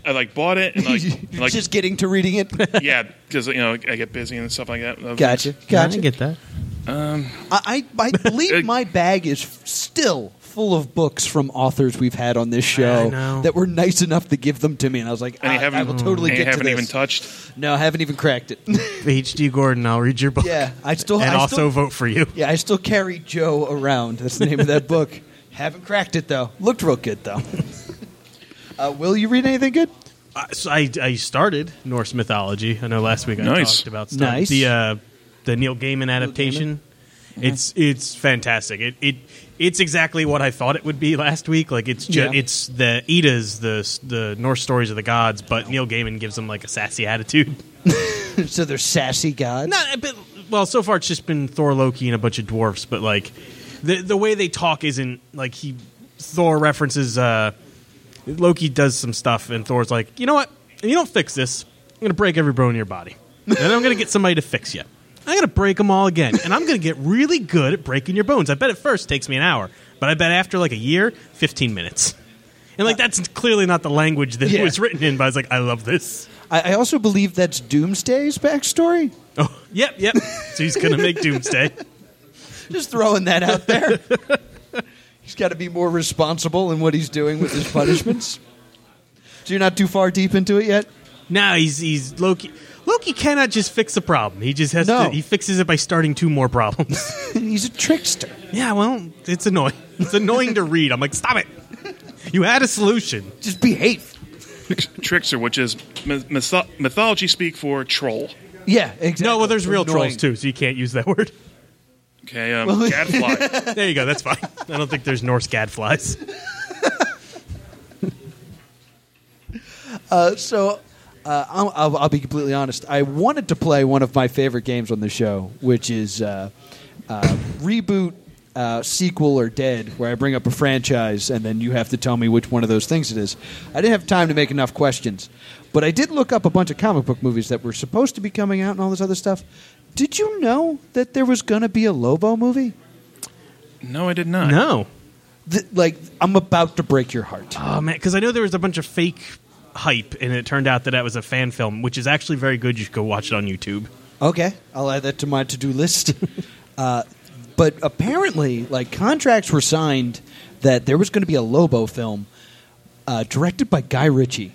S4: I like bought it and like,
S3: You're
S4: like
S3: just getting to reading it.
S4: yeah, because you know I get busy and stuff like that.
S3: gotcha, gotcha.
S5: that.
S3: I, I I believe my bag is f- still full of books from authors we've had on this show
S5: I know.
S3: that were nice enough to give them to me, and I was like,
S4: And you
S3: "Ah,
S4: haven't,
S3: I will totally
S4: and you
S3: get to
S4: haven't
S3: this.
S4: even touched.
S3: no, I haven't even cracked it.
S5: H.D. Gordon, I'll read your book.
S3: yeah, I still
S5: and
S3: I
S5: also
S3: still,
S5: vote for you.
S3: yeah, I still carry Joe around. That's the name of that book. Haven't cracked it though. Looked real good though. uh, will you read anything good?
S5: I- so I, I started Norse mythology. I know last week I
S4: Nice.
S5: talked about stuff.
S3: Nice.
S5: the uh, the Neil Gaiman adaptation. It's it's fantastic. It it it's exactly what I thought it would be last week. Like it's ju-
S3: Yeah.
S5: it's the Eddas, the the Norse stories of the gods, but Neil Gaiman gives them like a sassy attitude.
S3: so they're sassy gods.
S5: Not, but well, so far it's just been Thor, Loki, and a bunch of dwarfs. But like the the way they talk isn't like he Thor references uh, Loki does some stuff, and Thor's like, you know what? If you don't fix this, I'm gonna break every bone in your body, and I'm gonna get somebody to fix you. I'm gonna break them all again, and I'm gonna get really good at breaking your bones. I bet at first takes me an hour, but I bet after like a year, 15 minutes. And like that's clearly not the language that
S3: Yeah.
S5: it was written in. But I was like, I love this.
S3: I, I also believe that's Doomsday's backstory.
S5: Oh, yep, yep. So he's gonna make Doomsday.
S3: Just throwing that out there. he's got to be more responsible in what he's doing with his punishments. So you're not too far deep into it yet.
S5: No, he's he's Loki. Loki cannot just fix a problem. He just has
S3: No.
S5: to. He fixes it by starting two more problems.
S3: He's a trickster.
S5: yeah, well, it's annoying. It's annoying to read. I'm like, stop it. You had a solution.
S3: Just behave.
S4: Trickster, which is myth- mytho- mythology speak for troll.
S3: Yeah, exactly.
S5: No, well, there's real
S3: Annoying.
S5: trolls too, so you can't use that word.
S4: Okay, um,
S3: Well-
S4: gadfly.
S5: There you go. That's fine. I don't think there's Norse gadflies.
S3: Uh, so uh, I'll, I'll, I'll be completely honest. I wanted to play one of my favorite games on the show, which is uh, uh, reboot. Uh, sequel or dead, where I bring up a franchise and then you have to tell me which one of those things it is. I didn't have time to make enough questions, but I did look up a bunch of comic book movies that were supposed to be coming out and all this other stuff. Did you know that there was going to be a Lobo movie?
S4: No, I did not.
S5: No,
S3: Th- like, I'm about to break your heart.
S5: oh man, because I know there was a bunch of fake hype, and it turned out that that was a fan film, which is actually very good. You should go watch it on YouTube.
S3: Okay, I'll add that to my to-do list. uh, but apparently, like contracts were signed that there was going to be a Lobo film uh, directed by Guy Ritchie.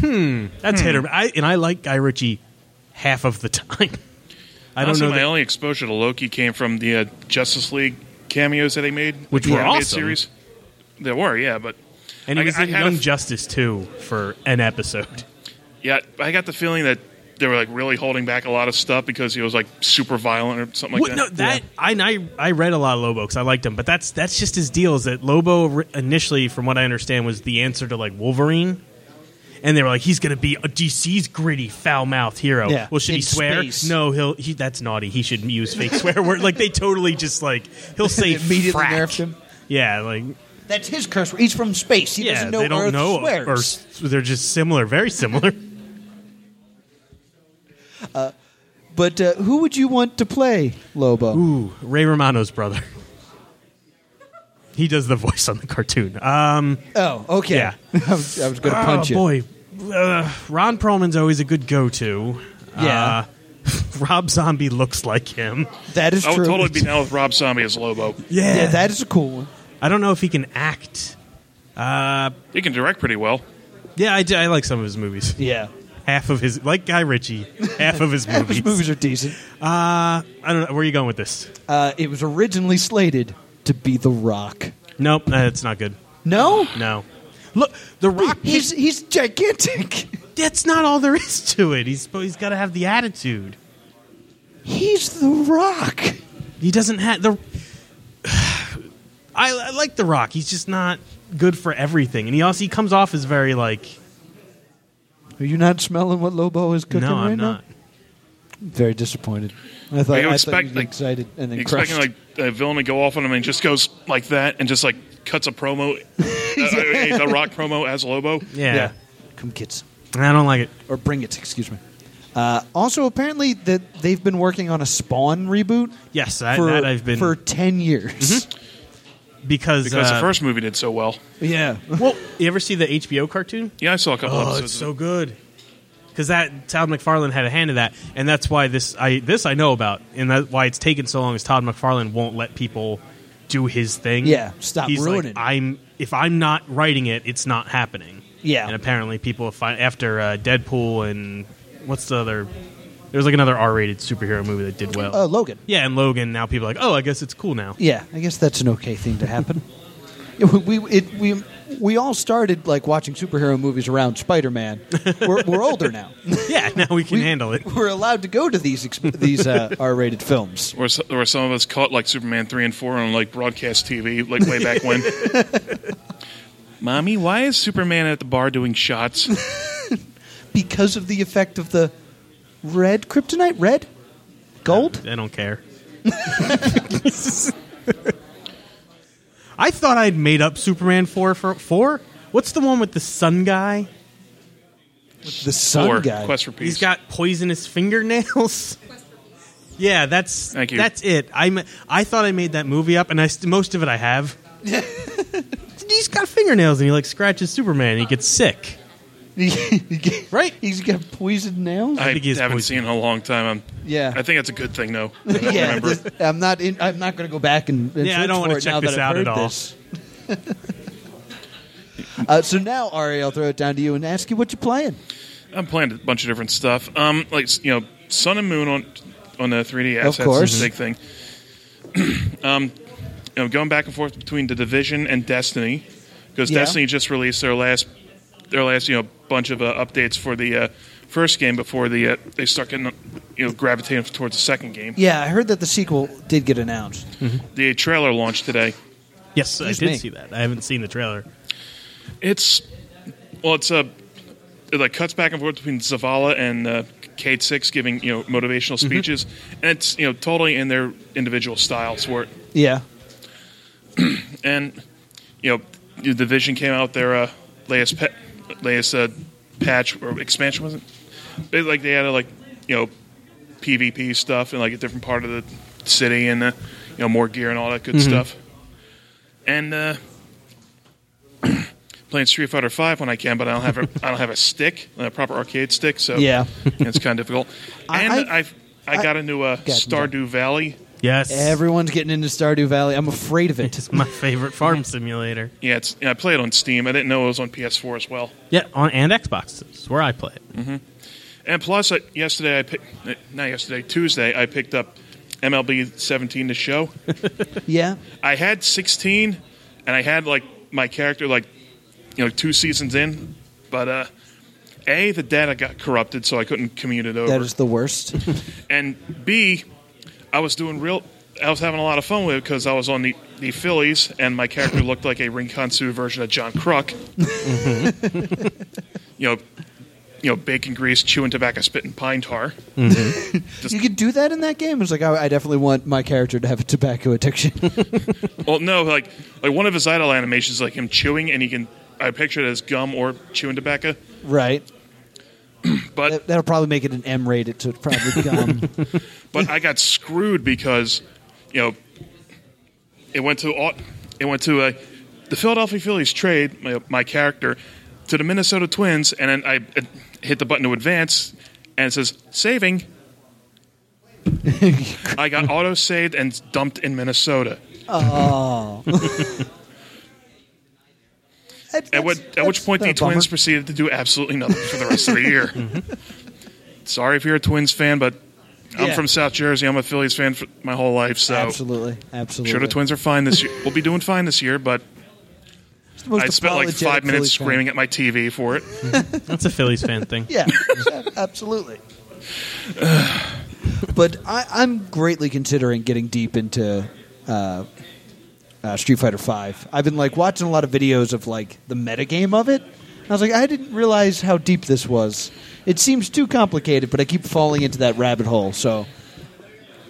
S5: That's hit or I, and I like Guy Ritchie half of the time. I don't
S4: Honestly,
S5: know.
S4: My
S5: that-
S4: only exposure to Loki came from the uh, Justice League cameos that they made,
S5: Which
S4: the
S5: were
S4: animated
S5: awesome.
S4: Series. They were, yeah, but
S5: And he
S4: I-
S5: was
S4: I
S5: in
S4: had a
S5: Young
S4: f-
S5: Justice too for an episode.
S4: yeah, I got the feeling that they were like really holding back a lot of stuff because he was like super violent or something like
S5: Well,
S4: that.
S5: no, that I, and I I read a lot of Lobo because I liked him, but that's that's just his deal. Is that Lobo ri- initially, from what I understand, was the answer to like Wolverine, and they were like he's going to be a DC's gritty foul mouthed hero.
S3: Yeah,
S5: Well, should
S3: in
S5: he swear?
S3: space.
S5: No, he'll he, that's naughty. He should use fake swear word. Like they totally just like he'll say
S3: Immediately
S5: frack.
S3: nerfed him.
S5: Yeah, like
S3: That's his curse word. He's from space. He
S5: yeah,
S3: doesn't know
S5: they don't
S3: Earth
S5: know
S3: swears.
S5: Earth- They're just similar, very similar.
S3: But uh, who would you want to play Lobo?
S5: Ooh, Ray Romano's brother. He does the voice on the cartoon. Um,
S3: Oh, okay.
S5: Yeah.
S3: I was, I was going to punch
S5: oh,
S3: you.
S5: boy. Uh, Ron Perlman's always a good go-to.
S3: Yeah.
S5: Uh, Rob Zombie looks like him.
S3: That is
S4: I would
S3: true.
S4: totally be down with Rob Zombie as Lobo.
S5: Yeah.
S3: yeah, that is a cool one.
S5: I don't know if he can act.
S4: He can direct pretty well.
S5: Yeah, I, do- I like some of his movies.
S3: Yeah.
S5: Half of his, like Guy Ritchie, half of his movies.
S3: His movies are decent.
S5: Uh, I don't know. Where are you going with this?
S3: Uh, it was originally slated to be The Rock.
S5: Nope, uh, it's not good.
S3: No?
S5: No. Look, The Rock.
S3: He's, he's gigantic.
S5: That's not all there is to it. He's he's got to have the attitude.
S3: He's The Rock.
S5: He doesn't have the. I, I like The Rock. He's just not good for everything, and he also he comes off as very like.
S3: Are you not smelling what Lobo is cooking
S5: no,
S3: right
S5: I'm not.
S3: now? Very disappointed. I thought,
S4: Like,
S3: I
S4: you
S3: thought you
S4: expect,
S3: were
S4: like-
S3: excited and then crushed.
S4: Expecting like a villain to go off on him and just goes like that and just like cuts a promo, uh, a- a Rock promo as Lobo.
S5: Yeah.
S3: Come kids.
S5: I don't like it.
S3: Or bring it, excuse me. Uh, also, apparently that they've been working on a Spawn reboot
S5: Yes, I,
S3: for,
S5: that I've been
S3: for 10 years.
S5: because
S4: Because
S5: uh,
S4: the first movie did so well.
S5: Mm-hmm.
S3: Yeah.
S5: Well, you ever see the HBO cartoon?
S4: Yeah, I saw a couple
S5: Oh,
S4: episodes.
S5: it's
S4: of
S5: so good. Because that Todd McFarlane had a hand in that, and that's why this I this I know about, and that's why it's taken so long. Is Todd McFarlane won't let people do his thing.
S3: Yeah, stop
S5: He's
S3: ruining
S5: like,
S3: it.
S5: I'm if I'm not writing it, it's not happening.
S3: Yeah.
S5: and apparently people have fin- after uh, Deadpool and what's the other? There was like another R-rated superhero movie that did well.
S3: Oh, Logan.
S5: yeah, and Logan. Now people are like, oh, I guess it's cool now.
S3: Yeah, I guess that's an okay thing to happen. Yeah, we, we- it, we, we all started like watching superhero movies around Spider-Man. We're, we're older now.
S5: yeah, now we can
S3: We-
S5: handle it.
S3: We're allowed to go to these exp- these uh, R-rated films.
S4: Or, so, or some of us caught like Superman three and four on like broadcast TV, like way back when. Mommy, why is Superman at the bar doing shots?
S3: because of the effect of the red kryptonite, red, gold.
S5: I don't care. I thought I'd made up Superman four for four. What's the one with the sun guy?
S3: The sun
S4: or
S3: guy.
S4: Quest for Peace.
S5: He's got poisonous fingernails. yeah, that's
S4: Thank you.
S5: that's it. I ma- I thought I made that movie up, and I st- most of it I have. He's got fingernails, and he like scratches Superman, and he gets sick. Right?
S3: He's got poisoned nails.
S4: I,
S5: I think he has
S4: haven't
S5: poison.
S4: seen it in a long time. i
S3: Yeah.
S4: I think that's a good thing though. I don't
S3: yeah,
S4: remember.
S3: this- I'm not. In, I'm not going to go back and. and
S5: Yeah, I
S3: search
S5: don't wanna
S3: for it
S5: check
S3: now
S5: this
S3: that I've
S5: out at
S3: heard
S5: all.
S3: this. uh, so now, Ari, I'll throw it down to you and ask you what you're playing.
S4: I'm playing a bunch of different stuff. Um, like you know, Sun and Moon on on the 3DS.
S3: Of
S4: that's
S3: course.
S4: a big thing. um, you know, going back and forth between the Division and Destiny because
S3: Yeah.
S4: Destiny just released their last their last you know bunch of uh, updates for the uh, first game before the uh, they start getting you know gravitating towards the second game.
S3: Yeah, I heard that the sequel did get announced.
S4: The trailer launched today.
S5: Yes, I
S3: Excuse
S5: did
S3: me.
S5: see that. I haven't seen the trailer.
S4: It's well, it's a it like cuts back and forth between Zavala and uh, Kate Six giving you know motivational speeches, and it's you know totally in their individual styles. Where
S3: Yeah,
S4: and you know the division came out their uh, latest pa- latest uh, patch or expansion wasn't they like they had a, like you know PvP stuff and like a different part of the city and uh, you know more gear and all that good
S3: Mm-hmm.
S4: stuff. And uh, playing Street Fighter Five when I can, but I don't have a I don't have a stick, a proper arcade stick, so
S3: Yeah.
S4: it's kind of difficult.
S3: I-
S4: And
S3: I-
S4: I I, I got into uh,
S3: ahead, John.
S4: Stardew Valley.
S5: Yes,
S3: everyone's getting into Stardew Valley. I'm afraid of it.
S5: it's my favorite farm simulator.
S4: Yeah, it's, yeah, I play it on Steam. I didn't know it was on PS4 as well.
S5: Yeah, on and Xbox. It's where I play it.
S4: And plus, uh, yesterday I picked, not yesterday, Tuesday, I picked up MLB 17 to show.
S3: Yeah,
S4: I had 16, and I had like my character like, you know, two seasons in, but uh, a the data got corrupted, so I couldn't commute it over,
S3: that is the worst.
S4: and b I was doing real. I was having a lot of fun with it because I was on the, the Phillies, and my character looked like a Rinconsu version of John Kruk.
S3: Mm-hmm.
S4: you know, you know, bacon grease, chewing tobacco, spitting pine tar.
S3: you could do that in that game. It's like I, I definitely want my character to have a tobacco addiction.
S4: Well, no, like like one of his idle animations, is, like him chewing, and he can. I picture it as gum or chewing tobacco,
S3: right.
S4: but
S3: That, that'll probably make it an M-rated, so it's probably gum.
S4: but I got screwed because you know it went to au- it went to uh, the Philadelphia Phillies trade my, my character to the Minnesota Twins, and then I uh, hit the button to advance, and it says saving. I got auto saved and dumped in Minnesota.
S3: That's-
S4: At, what,
S3: that's-
S4: at which point, the
S3: that's a bummer. Mm-hmm.
S4: Twins proceeded to do absolutely nothing for the rest of the year. Sorry if you're a Twins fan, but I'm
S3: Yeah.
S4: from South Jersey. I'm a Phillies fan for my whole life, so
S3: absolutely, absolutely.
S4: sure the Twins are fine this year. We'll be doing fine this year, but
S3: It's the most
S4: I spent like
S3: apologetic
S4: five minutes
S3: Philly fan.
S4: screaming at my TV for it.
S5: That's a Phillies fan thing.
S3: Yeah, a- absolutely. but I, I'm greatly considering getting deep into uh, uh, Street Fighter Five. I've been like watching a lot of videos of like the metagame of it. I was like, I didn't realize how deep this was. It seems too complicated, but I keep falling into that rabbit hole. So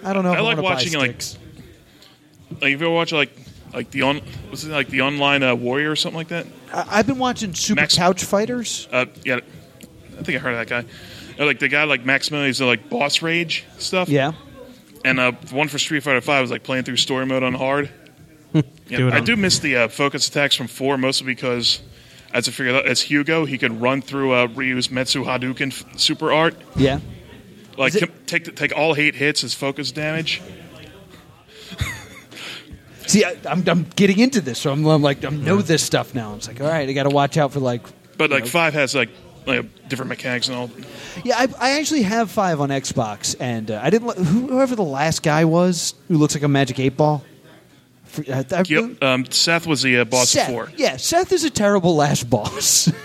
S3: I don't know. If
S4: I like
S3: wanna
S4: watching,
S3: buy
S4: like,
S3: sticks.
S4: Like if you ever watch like like the on was it like the online uh, warrior or something like that?
S3: I- I've been watching Super
S4: Max-
S3: Couch Fighters.
S4: Uh, yeah, I think I heard of that guy. Uh, Like the guy like Maximilian's uh, like boss rage stuff.
S3: Yeah,
S4: and uh, one for Street Fighter Five was like playing through story mode on hard. Yeah,
S5: Do it
S4: I
S5: on-
S4: do miss the uh, focus attacks from four, mostly because as I figured out, as Hugo, he could run through uh, Ryu's Metsu Hadouken f- super art,
S3: yeah.
S4: like
S3: Is it-
S4: com- take take all eight hits as focus damage.
S3: see, I, I'm, I'm getting into this, so I'm, I'm like, I know this stuff now. It's like, all right, I got to watch out for like.
S4: But like five has like, like different mechanics and all.
S3: Yeah, I, I actually have five on Xbox, and uh, I didn't. li- Who, whoever the last guy was who looks like a magic eight ball. For- I- I-
S4: Yep. Um, Seth was the uh, boss
S3: Seth.
S4: before.
S3: Yeah, Seth is a terrible last boss.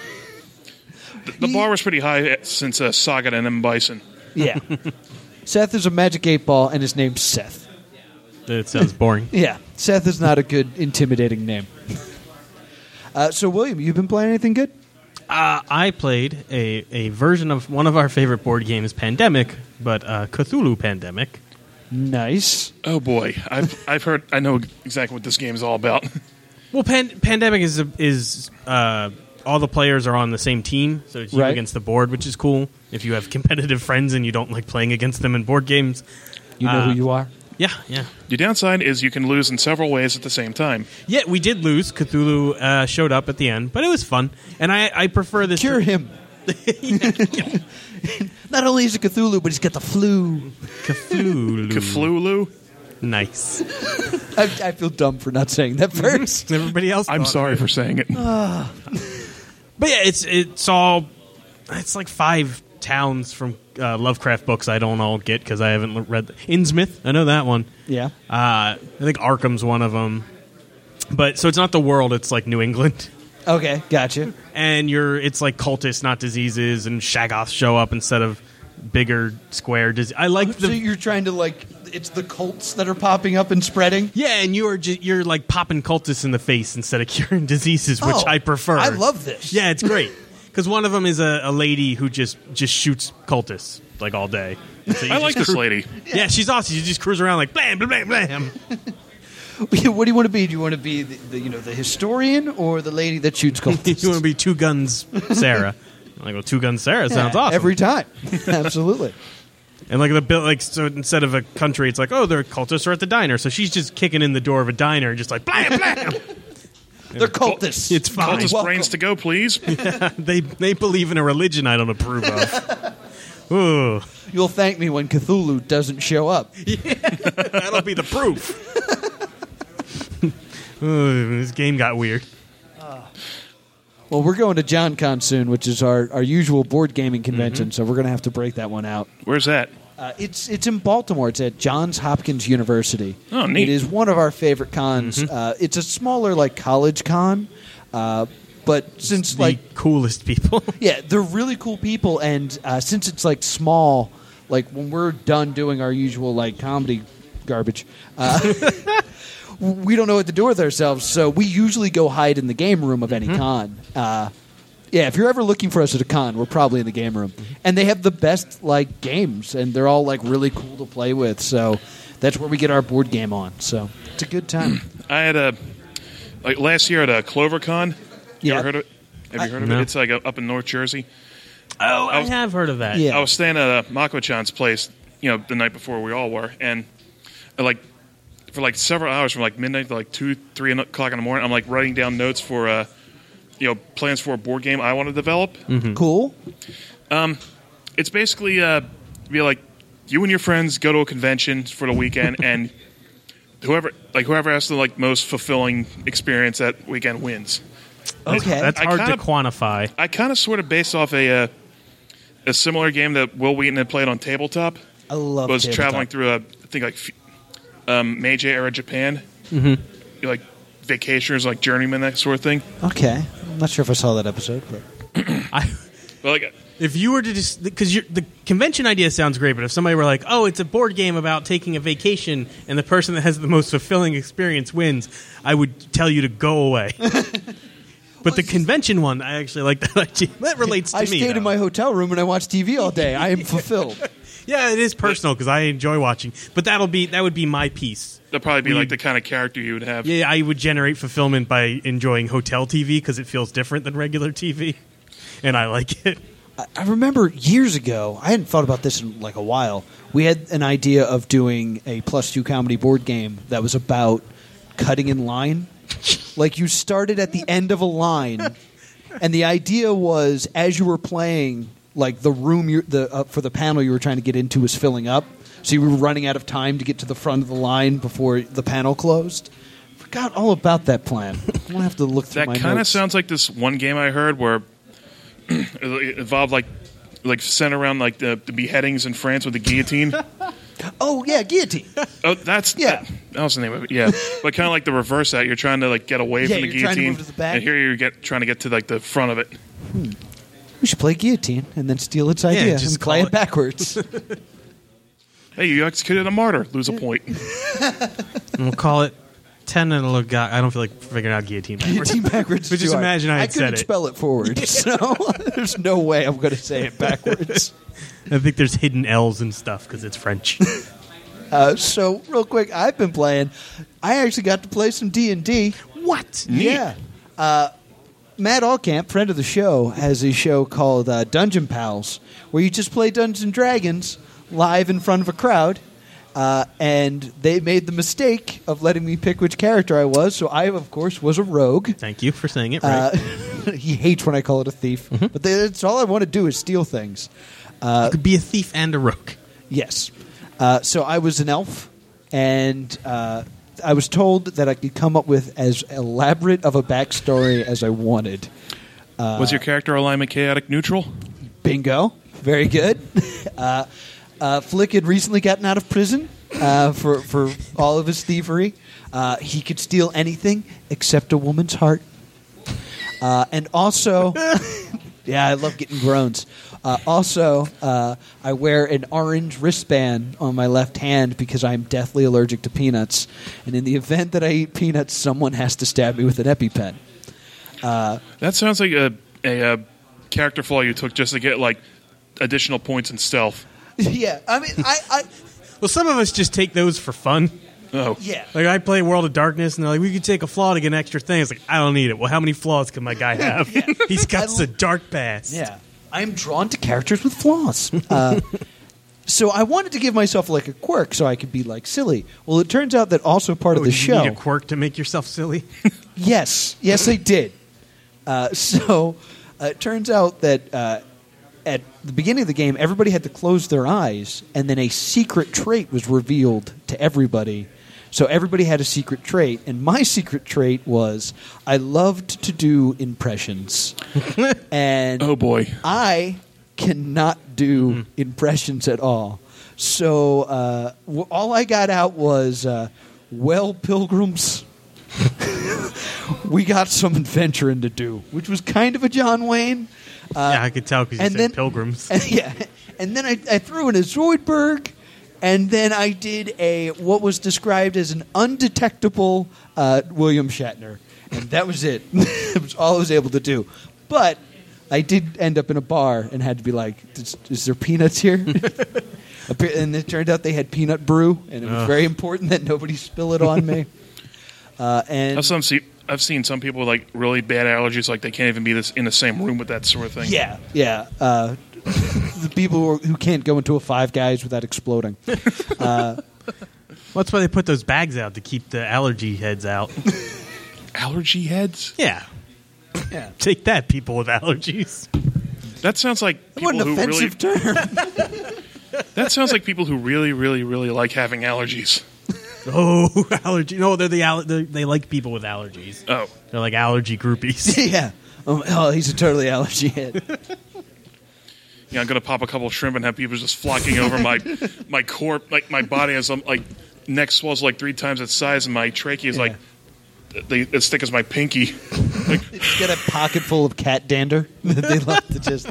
S4: The bar was pretty high since uh, Saga and M Bison.
S3: yeah, Seth is a magic eight ball, and his name's Seth.
S5: That sounds boring.
S3: Yeah, Seth is not a good intimidating name. Uh, so, William, you've been playing anything good?
S5: Uh, I played a, a version of one of our favorite board games, Pandemic, but uh, Cthulhu Pandemic.
S3: Nice.
S4: Oh boy, I've I've heard. I know exactly what this game is all about.
S5: Well, pan- Pandemic is is uh, all the players are on the same team, so it's you
S3: Right.
S5: against the board, which is cool. If you have competitive friends and you don't like playing against them in board games,
S3: You know
S4: Uh,
S3: who you are.
S5: yeah, yeah,
S4: the downside is you can lose in several ways at the same time.
S5: yeah. We did lose. Cthulhu uh, showed up at the end, but it was fun, and I, I prefer this.
S3: Cure him. Not only is it Cthulhu, but he's got the flu.
S5: Cthulhu.
S4: Kaflulu.
S5: Nice.
S3: I, I feel dumb for not saying that first.
S5: Everybody else.
S4: I'm
S5: thought-
S4: sorry for saying it.
S5: But yeah, it's it's all it's like five towns from uh, Lovecraft books I don't all get because I haven't l- read the- Innsmouth. I know that one.
S3: yeah.
S5: Uh, I think Arkham's one of them. But so it's not the world; it's like New England,
S3: Okay, gotcha.
S5: and you're it's like cultists, not diseases, and Shagoths show up instead of bigger square. Dis- I like
S3: so
S5: the
S3: you're trying to like, it's the cults that are popping up and spreading.
S5: yeah, and you are ju- you're like popping cultists in the face instead of curing diseases, which
S3: Oh,
S5: I prefer.
S3: I love this.
S5: Yeah, it's great because one of them is a, a lady who just just shoots cultists like all day. And so you
S4: I
S5: just
S4: like this
S5: cru-
S4: lady.
S5: Yeah. she's awesome. You just cruise around like blam blam blam blam.
S3: what do you want to be? Do you want to be the, the you know the historian or the lady that shoots cultists?
S5: you want to be two guns, Sarah? I'm like, well, two guns, Sarah sounds
S3: Yeah,
S5: awesome.
S3: Every time, absolutely.
S5: and like the bill, like so instead of a country, it's like oh, the cultists are at the diner. So she's just kicking in the door of a diner, just like blam blam.
S3: They're cultists.
S5: It's fine.
S4: Cultist
S3: Welcome.
S4: brains to go, please.
S5: they they believe in a religion I don't approve of. Ooh,
S3: You'll thank me when Cthulhu doesn't show up.
S5: that'll be the proof. Ooh, this game got weird.
S3: Well, we're going to John Con soon, which is our, our usual board gaming convention,
S5: Mm-hmm.
S3: so we're going to have to break that one out.
S4: Where's that?
S3: Uh, it's it's in Baltimore. It's at Johns Hopkins University.
S4: Oh, neat. Mm-hmm.
S3: It is one of our favorite cons. Uh, it's a smaller like college con, uh, but since
S5: the
S3: like
S5: coolest people.
S3: yeah, they're really cool people, and uh, since it's like small, like when we're done doing our usual like comedy garbage, uh, we don't know what to do with ourselves. So we usually go hide in the game room of any
S4: Mm-hmm.
S3: con. Uh, yeah, if you're ever looking for us at a con, we're probably in the game room,
S4: Mm-hmm.
S3: and they have the best like games, and they're all like really cool to play with. So that's where we get our board game on. So it's a good time.
S4: I had a like last year at a CloverCon. You
S3: Yeah.
S4: ever heard of it? Have you heard of
S5: No.
S4: it? It's like uh up in North Jersey.
S5: Oh, I
S4: was-
S5: have heard of that.
S3: Yeah.
S4: I was staying at uh, Mako-chan's place, you know, the night before we all were, and uh, like for like several hours from like midnight to like two, three o'clock in the morning, I'm like writing down notes for uh, you know plans for a board game I want to develop.
S3: Cool.
S4: It's basically uh, be like you and your friends go to a convention for the weekend, and whoever like whoever has the like most fulfilling experience that weekend wins.
S3: Okay.
S5: That's
S4: I
S5: hard
S4: kinda-
S5: to quantify.
S4: I kind of sort of based off a uh, a similar game that Will Wheaton had played on tabletop.
S3: I love
S4: was
S3: tabletop.
S4: traveling through a I think like f- um, Meiji era Japan, mm-hmm. like vacationers, like journeymen, that sort of thing.
S3: Okay. I'm not sure if I saw that episode, but.
S5: I,
S4: But like, uh,
S5: if you were to just because the convention idea sounds great, but if somebody were like, "Oh, it's a board game about taking a vacation," and the person that has the most fulfilling experience wins, I would tell you to go away. but the convention one, I actually like that idea. That relates to
S3: I
S5: me.
S3: stayed
S5: though.
S3: in my hotel room and I watched TV all day. I am fulfilled.
S5: yeah, it is personal because I enjoy watching, but that'll be that would be my piece.
S4: that'd probably be
S5: We-
S4: like the kind of character you would have.
S5: Yeah, I would generate fulfillment by enjoying hotel TV because it feels different than regular TV, and I like it.
S3: I- I remember years ago, I hadn't thought about this in like a while. We had an idea of doing a plus two comedy board game that was about cutting in line. like you started at the end of a line, and the idea was as you were playing, like the room you the uh, for the panel you were trying to get into was filling up, so you were running out of time to get to the front of the line before the panel closed. forgot all about that plan. I'm gonna have to look through
S4: That
S3: my
S4: kind of
S3: notes.
S4: sounds like this one game I heard where it involved like like sent around like the, the beheadings in France with the guillotine.
S3: Oh yeah, guillotine.
S4: oh, that's
S3: Yeah.
S4: That, that was the name of it. Yeah, but kind of like the reverse that you're trying to like get away
S3: Yeah,
S4: from the
S3: you're trying to
S4: guillotine,
S3: move to the back.
S4: and here you're get, trying to get to like the front of it.
S3: we should play guillotine and then steal its idea
S5: just
S3: and play
S5: call
S3: it,
S5: it-
S3: backwards.
S4: Hey, you executed a martyr, lose a point.
S5: And we'll call it ten and a little guy. I don't feel like figuring out guillotine. backwards.
S3: guillotine backwards.
S5: But
S3: is
S5: just
S3: too hard.
S5: imagine I had
S3: couldn't
S5: said it.
S3: spell it forward, so there's no way I'm gonna say it backwards.
S5: I think there's hidden L's and stuff because it's French.
S3: Uh, so real quick, I've been playing. I actually got to play some D and D.
S5: what?
S3: Yeah. Uh, Matt Allcamp, friend of the show, has a show called uh, Dungeon Pals, where you just play Dungeons and Dragons live in front of a crowd. Uh, and they made the mistake of letting me pick which character I was, so I, of course, was a rogue.
S5: Thank you for saying it
S3: Uh,
S5: right.
S3: he hates when I call it a thief, but that's all I want to do is steal things.
S5: you could be a thief and a rook.
S3: Yes. Uh, so I was an elf, and uh, I was told that I could come up with as elaborate of a backstory as I wanted. Uh,
S4: was your character alignment chaotic neutral?
S3: Bingo. Very good. Uh, uh, Flick had recently gotten out of prison uh, for, for all of his thievery. Uh, he could steal anything except a woman's heart. Uh, and also, yeah, I love getting groans. Uh, also, uh, I wear an orange wristband on my left hand because I'm deathly allergic to peanuts. And in the event that I eat peanuts, someone has to stab me with an EpiPen.
S4: That sounds like a, a, uh character flaw you took just to get like additional points in stealth.
S3: yeah, I mean, I, I
S5: Well, some of us just take those for fun.
S4: Oh,
S3: yeah.
S5: Like I play World of Darkness, and they're like, "We could take a flaw to get an extra thing." It's like I don't need it. Well, how many flaws can my guy have? He's got the dark past.
S3: Yeah. I'm drawn to characters with flaws. Uh, so I wanted to give myself like a quirk so I could be like silly. Well, it turns out that also part
S5: Oh,
S3: of the
S5: did you
S3: show.
S5: need a quirk to make yourself silly.
S3: Yes, yes, I did. Uh, so uh, it turns out that uh, at the beginning of the game, everybody had to close their eyes, and then a secret trait was revealed to everybody. So everybody had a secret trait, and my secret trait was I loved to do impressions. and
S4: oh boy. Mm-hmm.
S3: I cannot do impressions at all. So uh, w- all I got out was, uh, well, pilgrims, we got some adventuring to do, which was kind of a John Wayne. Uh,
S5: yeah, I could tell because you
S3: and
S5: said
S3: then-
S5: pilgrims.
S3: and- yeah, and then I, I threw in a Zoidberg, and then I did a what was described as an undetectable uh, William Shatner, and that was it. it was all I was able to do. But I did end up in a bar and had to be like, "Is, is there peanuts here?" Appa- and it turned out they had peanut brew, and it was very important that nobody spill it on me. Uh, and
S4: I've, some see, I've seen some people with, like really bad allergies, like they can't even be this in the same room with that sort of thing.
S3: Yeah, yeah. Uh, the people who, are, who can't go into a Five Guys without exploding.
S5: Well, that's why they put those bags out to keep the allergy heads out.
S4: Allergy heads?
S5: yeah,
S3: Yeah.
S5: take that, people with allergies.
S4: That sounds like people
S3: What an
S4: who really
S3: offensive term.
S4: That sounds like people who really, really, really like having allergies.
S5: Oh, allergy! No, they're the aller- they they like people with allergies.
S4: Oh.
S5: They're like allergy groupies.
S3: yeah. Um, oh, he's a totally allergy head.
S4: Yeah, I'm gonna pop a couple of shrimp and have people just flocking over my my core like my body as I'm like neck swells like three times its size and my trachea is like the, as thick as my pinky.
S3: He's got a pocket full of cat dander that they love to just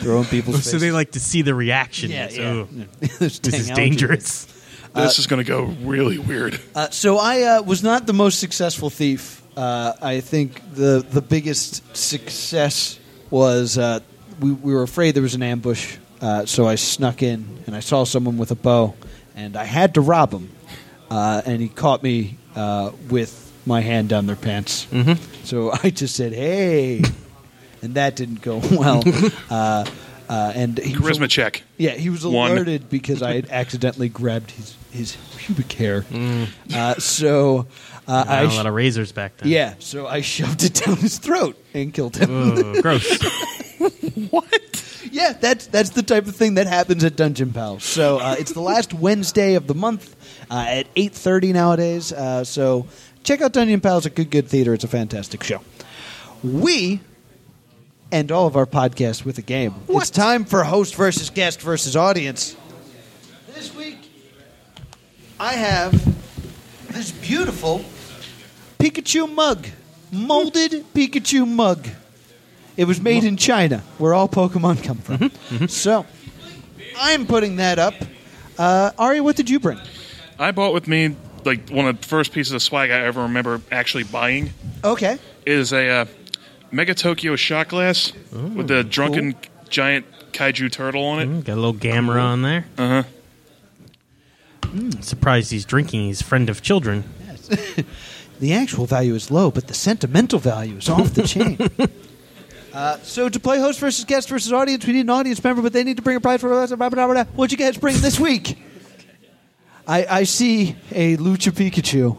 S3: throw in people's faces.
S5: so they like to see the reaction.
S3: yeah,
S5: So,
S3: yeah.
S5: This is dangerous.
S4: this is gonna go really weird.
S3: Uh, so I uh, was not the most successful thief. Uh, I think the the biggest success was uh, we, we were afraid there was an ambush, uh, so I snuck in and I saw someone with a bow, and I had to rob him, uh, and he caught me uh, with my hand down their pants. So I just said, "Hey," and that didn't go well. uh, uh, and he was a-
S4: Charisma check.
S3: yeah, he was
S4: One.
S3: alerted because I had accidentally grabbed his his pubic hair. Uh, so uh,
S5: I
S3: I
S5: had a lot
S3: sh-
S5: of razors back then.
S3: yeah, so I shoved it down his throat and killed him.
S5: Ugh, gross.
S3: yeah, that's that's the type of thing that happens at Dungeon Pals. So uh, it's the last Wednesday of the month uh, at eight thirty nowadays. Uh, so check out Dungeon Pals at Good Good Theater. It's a fantastic show. We end all of our podcasts with a game. It's time for host versus guest versus audience. This week, I have this beautiful Pikachu mug, molded Pikachu mug. It was made in China, where all Pokemon come from. So, I'm putting that up. Uh, Ari, what did you bring?
S4: I bought with me like one of the first pieces of swag I ever remember actually buying
S3: Okay.
S4: is a uh, Mega Tokyo shot glass with the drunken giant kaiju turtle on it.
S5: Mm, Got a little gamma on there. Uh huh. surprised he's drinking. He's friend of children.
S3: The actual value is low, but the sentimental value is off the chain. Uh, so to play host versus guest versus audience, we need an audience member, but they need to bring a prize for us. Blah, blah, blah, blah. What'd you guys bring this week? I, I see a Lucha Pikachu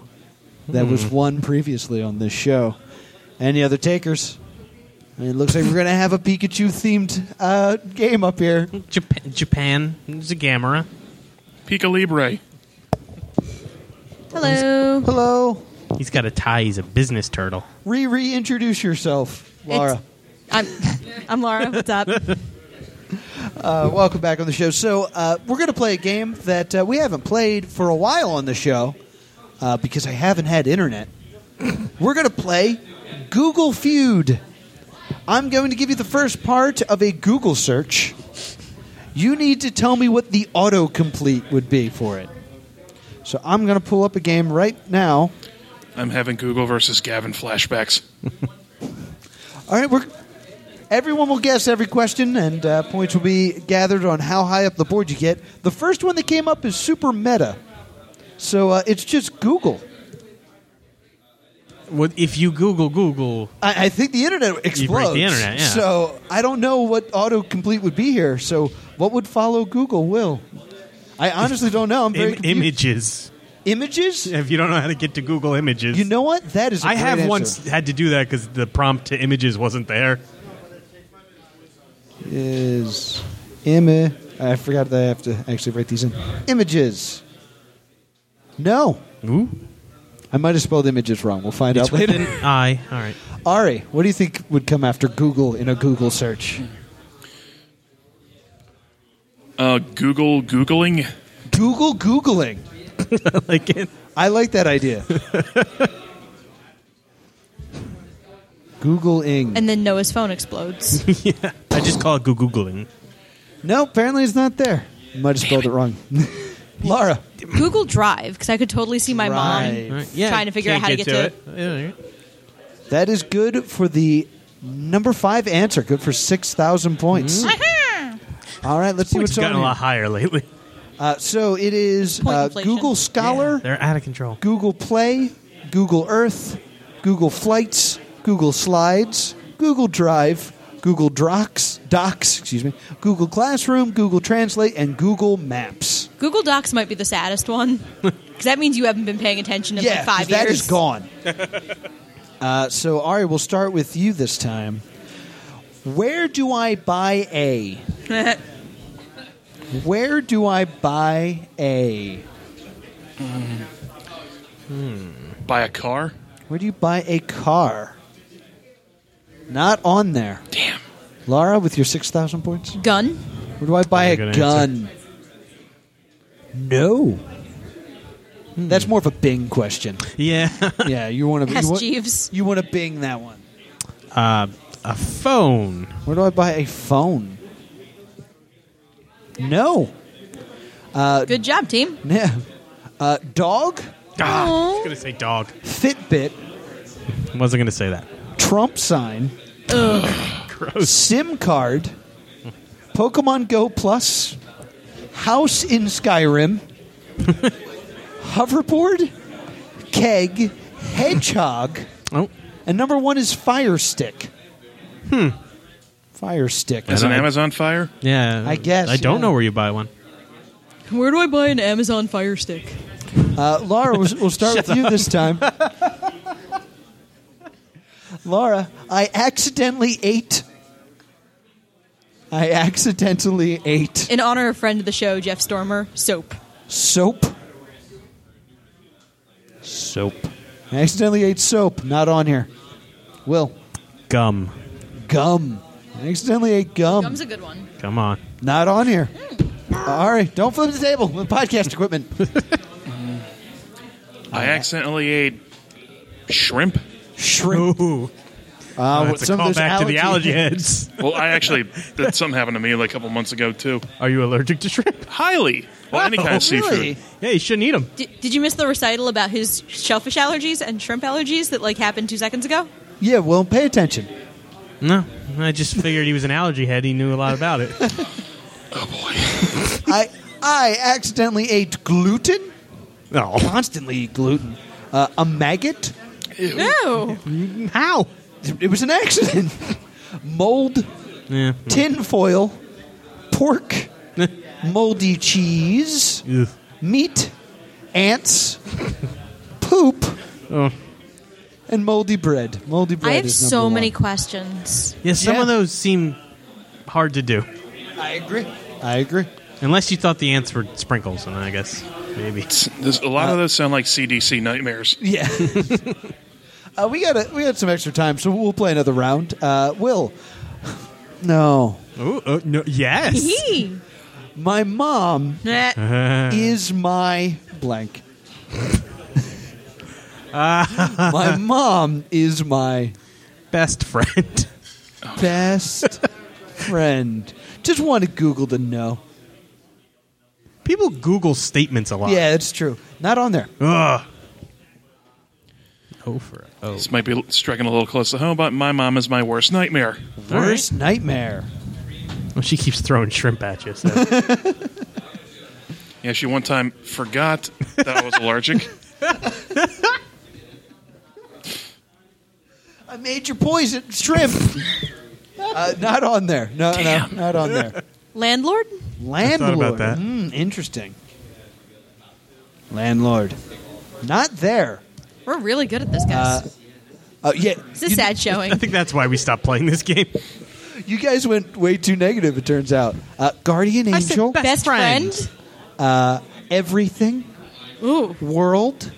S3: that was won previously on this show. Any other takers? It looks like we're going to have a Pikachu themed uh, game up here.
S5: Japan, Japan is a Gamera.
S4: Pika Libre.
S6: Hello.
S3: Hello,
S5: He's got a tie. He's a business turtle.
S3: Riri, introduce yourself, Laura.
S6: It's- I'm, I'm Laura. What's up?
S3: Uh, welcome back on the show. So uh, we're going to play a game that uh, we haven't played for a while on the show uh, because I haven't had internet. we're going to play Google Feud. I'm going to give you the first part of a Google search. You need to tell me what the autocomplete would be for it. So I'm going to pull up a game right now.
S4: I'm having Google versus Gavin flashbacks.
S3: All right, we're. Everyone will guess every question, and uh, points will be gathered on how high up the board you get. The first one that came up is super meta, so uh, it's just Google.
S5: What if you Google Google?
S3: I, I think the internet explodes.
S5: internet, yeah.
S3: So I don't know what autocomplete would be here. So what would follow Google? Will I honestly don't know? I'm very
S5: Im-
S3: confused.
S5: images.
S3: images.
S5: If you don't know how to get to Google Images,
S3: You know what? That is. I
S5: I have once had to do that because the prompt to images wasn't there.
S3: is image. I forgot that I have to actually write these in. Images. No.
S5: Ooh,
S3: I might have spelled images wrong. We'll find
S5: it's
S3: out later.
S5: within I. All right.
S3: Ari, what do you think would come after Google in a Google search?
S4: Uh, Google Googling.
S3: Google Googling.
S5: like it.
S3: I like that idea. Googling.
S6: And then Noah's phone explodes.
S5: I just call it Goo Googling.
S3: No, apparently it's not there. Might have spelled it wrong. Laura.
S6: Google Drive, because I could totally see my
S3: Right.
S6: mom.
S5: All right, Yeah,
S6: Trying to figure out
S5: can't
S6: how to get
S5: to it. Yeah, all right.
S3: That is good for the number five answer. Good for 6,000 points.
S6: Mm-hmm.
S3: All right, let's see
S5: It's
S3: what's on
S5: gotten a
S3: here.
S5: lot higher lately.
S3: Uh, so it is
S6: Point
S3: uh,
S6: inflation.
S3: Google Scholar,
S5: They're out of control.
S3: Google Play, Google Earth, Google Flights, Google Slides, Google Drive, Google Docs, Docs, excuse me, Google Classroom, Google Translate, and Google Maps.
S6: Google Docs might be the saddest one, because that means you haven't been paying attention in
S3: yeah,
S6: like five
S3: 'cause that
S6: years.
S3: is gone. uh, so Ari, we'll start with you this time. Where do I buy a? Where do I buy a?
S4: Buy a car.
S3: Where do you buy a car? Not on there. Damn. Laura, with your 6,000 points?
S6: Gun.
S3: Where do I buy a
S5: That's a good
S3: gun? No. That's more of a Bing question.
S5: Yeah.
S3: yeah, you want to
S6: Ask
S3: you want,
S6: Jeeves.
S3: You want to Bing that one.
S5: uh, a phone.
S3: Where do I buy a phone? No.
S6: Good job, team.
S3: Yeah. Uh, dog,
S5: Ah, I was
S6: Aw.
S5: gonna say dog.
S3: Fitbit,
S5: Wasn't gonna say that.
S3: Trump sign,
S5: Gross.
S3: SIM card, Pokemon Go Plus, house in Skyrim, hoverboard, keg, hedgehog,
S5: Oh,
S3: and number one is Fire Stick. Hmm. Fire Stick.
S4: Is an
S5: I-
S4: Amazon fire?
S5: yeah.
S3: I guess,
S5: I don't
S3: yeah.
S5: know where you buy one.
S6: Where do I buy an Amazon Fire Stick?
S3: Uh, Laura, we'll, we'll start with you this time. Laura, I accidentally ate. I accidentally ate
S6: In honor of friend of the show, Jeff Stormer, soap.
S3: soap. Soap. I accidentally ate soap. Not on here. Will.
S5: Gum.
S3: Gum. I accidentally ate gum.
S6: Gum's a good one.
S5: Come on.
S3: Not on here. All right. Don't flip the table with podcast equipment.
S4: I accidentally ate shrimp.
S3: Shrimp.
S5: Ooh.
S3: Uh,
S5: That's a callback to the allergy heads.
S4: Well, I actually that something happened to me like a couple months ago too.
S5: Are you allergic to shrimp?
S4: Highly, well, any
S5: Oh,
S4: kind of seafood.
S3: Really?
S5: Yeah, you shouldn't eat them.
S6: Did, did you miss the recital about his shellfish allergies and shrimp allergies that like happened two seconds ago?
S3: Yeah, well, pay attention.
S5: No, I just figured he was an allergy head. He knew a lot about it.
S3: I I accidentally ate gluten.
S5: No.
S3: Constantly eat gluten. Uh, a maggot.
S6: No.
S5: How?
S3: It was an accident. Mold,
S5: Yeah.
S3: tin foil, pork, moldy cheese,
S5: Ugh.
S3: meat, ants, poop,
S5: Oh.
S3: and moldy bread. Moldy bread.
S6: I have
S3: is number
S6: so
S3: one.
S6: many questions.
S5: Yeah, some
S3: Yeah.
S5: of those seem hard to do.
S3: I agree. I agree.
S5: Unless you thought the ants were sprinkles, and I guess maybe.
S4: There's, a lot of those sound like CDC nightmares.
S3: Yeah. uh, we got we got some extra time, so we'll play another round. Uh, Will. No.
S5: Ooh, uh, no, yes.
S6: Hee.
S3: My mom
S6: Nah.
S3: is my blank. my mom is my
S5: Best friend.
S3: best friend. Just wanted Google to know.
S5: People Google statements a lot.
S3: Yeah, it's true. Not on there.
S5: Ugh. Oh for oh.
S4: This might be striking a little close to home, but my mom is my worst nightmare.
S3: Worst nightmare.
S5: Well, she keeps throwing shrimp at you. So.
S4: Yeah, she one time forgot that I was allergic.
S3: I made your poison shrimp. uh, not on there. No,
S4: Damn.
S3: no, not on there.
S6: Landlord?
S3: Landlord.
S5: about that.
S3: Hmm, interesting. Landlord. Not there.
S6: We're really good at this, guys.
S3: Uh, Uh, yeah,
S6: it's a
S3: you-
S6: sad
S5: I
S6: showing.
S5: think that's why we stopped playing this game.
S3: You guys went way too negative. It turns out. Uh, Guardian
S5: I said
S3: angel.
S5: best
S6: Best friend?
S3: everything.
S6: Ooh.
S3: World.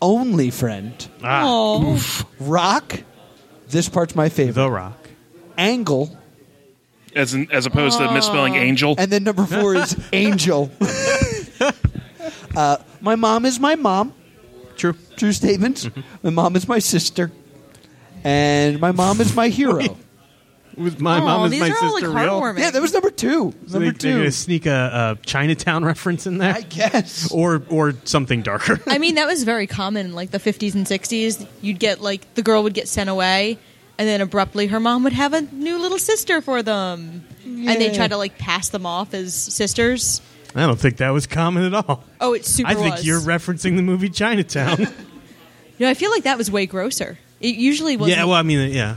S3: only friend.
S5: Ah,
S6: Aw.
S3: Rock. This part's my favorite.
S5: the Rock.
S3: Angle.
S4: As in, as opposed to misspelling
S5: Oh.
S4: angel.
S3: And then number four is angel. uh, my mom is my mom.
S5: True.
S3: True Mm-hmm. statements. My mom is my sister. And my mom is my hero.
S5: With my
S6: Aw,
S5: mom is
S6: these
S5: my
S6: are
S5: sister.
S6: all, like,
S5: real.
S6: heartwarming.
S3: yeah, that was number two.
S5: So they,
S3: Number
S5: they're gonna
S3: two.
S5: sneak a, a Chinatown reference in there,
S3: I guess.
S5: or or something darker.
S6: I mean, that was very common in like the 50s and 60s. You'd get like the girl would get sent away, and then abruptly her mom would have a new little sister for them. And they
S3: Yeah.
S6: try to like pass them off as sisters.
S5: I don't think that was common at all.
S6: Oh, it's super
S5: I think
S6: was.
S5: you're referencing the movie Chinatown.
S6: No, I feel like that was way grosser. It usually was.
S5: yeah, well, I mean, uh, yeah,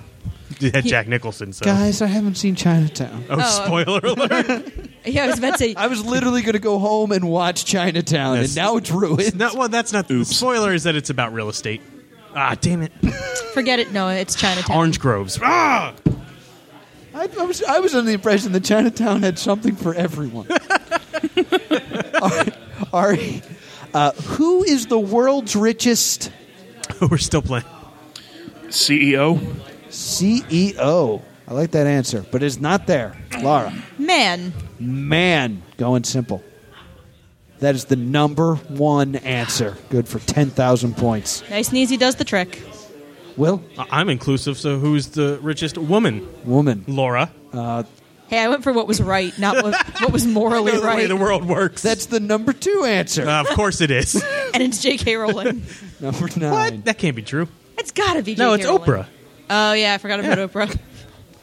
S5: it had Jack Nicholson. So,
S3: Guys, I haven't seen Chinatown.
S5: oh,
S6: Oh,
S5: spoiler alert!
S6: yeah, I was about to say.
S3: I was literally going to go home and watch Chinatown,
S5: Yes.
S3: and now it's ruined.
S5: No, well, that's not. the Spoiler is that it's about real estate. Ah, damn it!
S6: Forget it. No, it's Chinatown.
S5: Orange groves. Ah,
S3: I, I was I was under the impression that Chinatown had something for everyone. Ari, Ari, uh, who is the world's richest
S5: we're still playing.
S4: CEO.
S3: CEO? E I like that answer, but it's not there. Laura,
S6: Man,
S3: man, going simple. That is the number one answer. Good for ten thousand points.
S6: nice and easy does the trick.
S3: Will,
S5: I- I'm inclusive, so who's the richest woman?
S3: woman.
S5: Laura.
S6: Hey, I went for what was right, not what, what was morally
S5: That's the way
S6: right.
S5: the world works.
S3: That's the number two answer.
S5: Ah, of course it is.
S6: And it's J.K. Rowling.
S3: number nine.
S5: what? That can't be true.
S6: It's gotta be.
S5: No, it's
S6: J.K. Rowling.
S5: Oprah.
S6: Oh yeah, I forgot about
S5: Yeah.
S6: Oprah.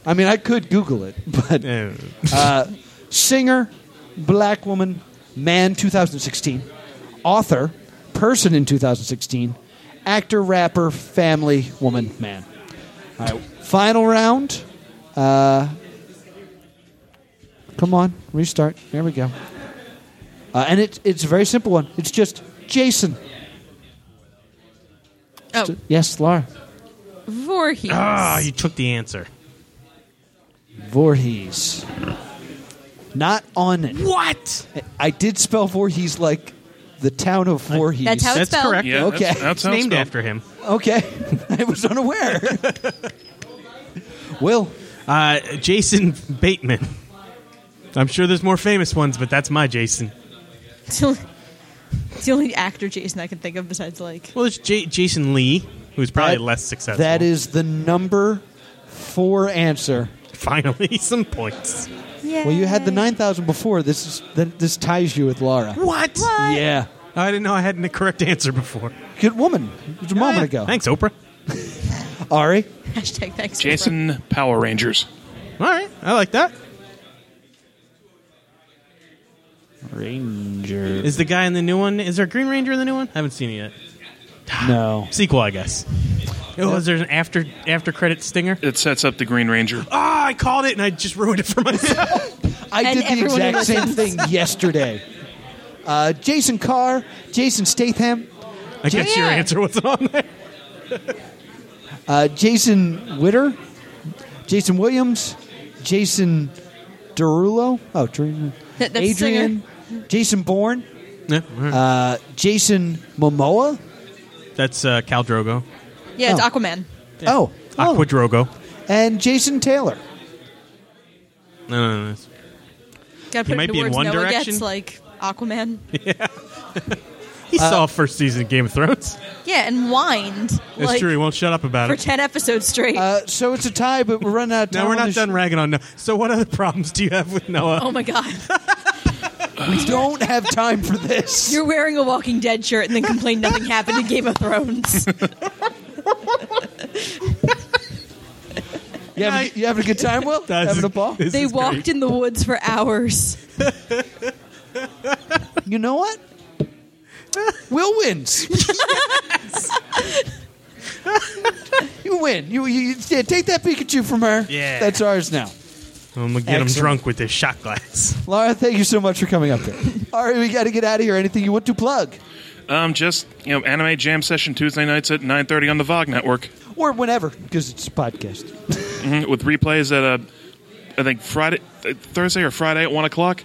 S3: I mean, I could Google it, but
S5: Eh,
S3: singer, black woman, man 2016, author, person in 2016, actor, rapper, family, woman, man. All right, final round. Uh, come on, restart. There we go. Uh, and it, it's a very simple one. It's just Jason.
S6: Oh,
S3: Yes, Laura.
S6: Voorhees.
S5: Ah, you took the answer.
S3: Voorhees. Not on it.
S5: What?
S3: I did spell Voorhees like the town of Voorhees.
S6: That's how
S5: That's
S6: it's spelled.
S5: correct.
S4: Yeah,
S3: Okay.
S4: that's, that's
S5: It's
S4: how
S5: named
S4: spelled.
S5: after him.
S3: Okay, I was unaware. Will,
S5: Uh, Jason Bateman. I'm sure there's more famous ones, but that's my Jason.
S6: It's the only- it's the only actor Jason I can think of besides like
S5: Well, there's J- Jason Lee, who's probably
S3: That-
S5: less successful.
S3: that is the number four answer.
S5: finally some points.
S6: yeah.
S3: Well, you had the nine thousand before. This is th- this ties you with Laura.
S5: What?
S3: Yeah,
S5: I didn't know I had the correct answer before.
S3: good woman. It was a moment ago.
S5: Thanks, Oprah.
S3: Ari.
S6: hashtag thanks Oprah.
S4: Jason Power Rangers.
S5: All right, I like that.
S3: Ranger.
S5: Is the guy in the new one? Is there a Green Ranger in the new one? I haven't seen it yet.
S3: No.
S5: Sequel, I guess. Oh, was there an after after credit stinger?
S4: It sets up the Green Ranger.
S5: Ah, I called it and I just ruined it for myself.
S3: I
S6: And
S3: did the
S6: everyone
S3: exact same
S6: listens.
S3: thing yesterday. Uh, Jason Carr, Jason Statham,
S5: I guess your
S6: Yeah.
S5: answer was on there.
S3: uh, Jason Witter, Jason Williams, Jason Derulo. Oh, Derulo.
S6: That- that's
S3: Adrian, Jason Bourne, uh, Jason Momoa.
S5: That's uh, Cal Drogo,
S6: Yeah, it's
S3: Oh.
S6: Aquaman.
S3: Oh,
S5: Aqua
S3: oh,
S5: Drogo.
S3: and Jason Taylor.
S5: No, no, no, that's-
S6: Got to put it
S5: might
S6: into
S5: be in
S6: words
S5: One
S6: Noah
S5: Direction.
S6: gets like Aquaman.
S5: He saw first season of Game of Thrones.
S6: Yeah, and whined
S5: That's
S6: like
S5: true. He won't shut up about
S6: for
S5: it.
S6: ten episodes straight.
S3: Uh, so it's a tie, but we're running out of time.
S5: Now we're
S3: on
S5: not
S3: this-
S5: done ragging on Noah. So, what other problems do you have with Noah?
S6: oh my god,
S3: We don't have time for this.
S6: you're wearing a Walking Dead shirt and then complain nothing happened in Game of Thrones.
S3: You having, you having a good time, Will?
S5: That's-
S3: having a ball?
S5: this
S6: they
S5: is
S6: walked
S5: great.
S6: in the woods for hours.
S3: You know what? Will wins. you win. You, you, you- yeah, take that Pikachu from her.
S5: Yeah.
S3: that's ours now.
S5: I'm gonna get him
S3: Excellent.
S5: drunk with this shot glass.
S3: Laura, thank you so much for coming up here. All right, we got to get out of here. Anything you want to plug,
S4: Um, just you know, anime jam session Tuesday nights at nine thirty on the Vogue Network
S3: or whenever, because it's a podcast.
S4: Mhm, with replays at uh, I think Friday, th- Thursday or Friday at one o'clock.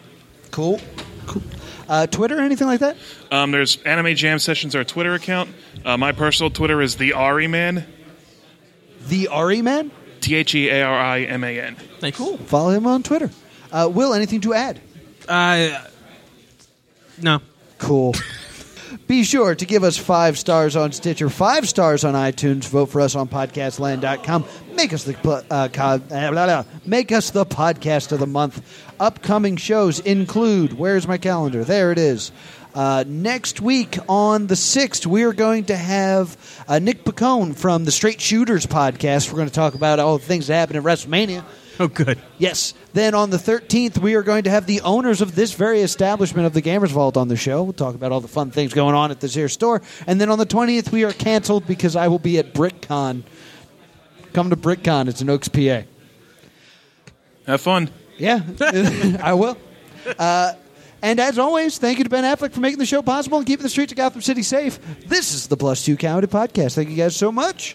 S3: Cool, cool. Uh, Twitter, anything like that?
S4: Um, there's anime jam sessions our Twitter account. Uh, my personal Twitter is the Ari Man,
S3: The Ari Man.
S4: T H E A R I M A N.
S5: Thanks. Cool.
S3: Follow him on Twitter. Uh, Will, anything to add?
S5: Uh, no.
S3: Cool. Be sure to give us five stars on Stitcher, five stars on iTunes. Vote for us on podcastland.com. Make us the pl- uh, co- uh, blah, blah. make us the podcast of the month. Upcoming shows include where's my calendar? There it is. Uh, next week on the sixth, we are going to have uh, Nick Picone from the Straight Shooters podcast. We're going to talk about all the things that happened at WrestleMania.
S5: Oh, good.
S3: Yes. Then on the 13th, we are going to have the owners of this very establishment of the Gamers Vault on the show. We'll talk about all the fun things going on at this here store. And then on the 20th, we are canceled because I will be at BrickCon. Come to BrickCon. It's in Oaks, PA.
S4: Have fun.
S3: Yeah, I will. Uh, and as always, thank you to Ben Affleck for making the show possible and keeping the streets of Gotham City safe. This is the Plus Two County Podcast. Thank you guys so much.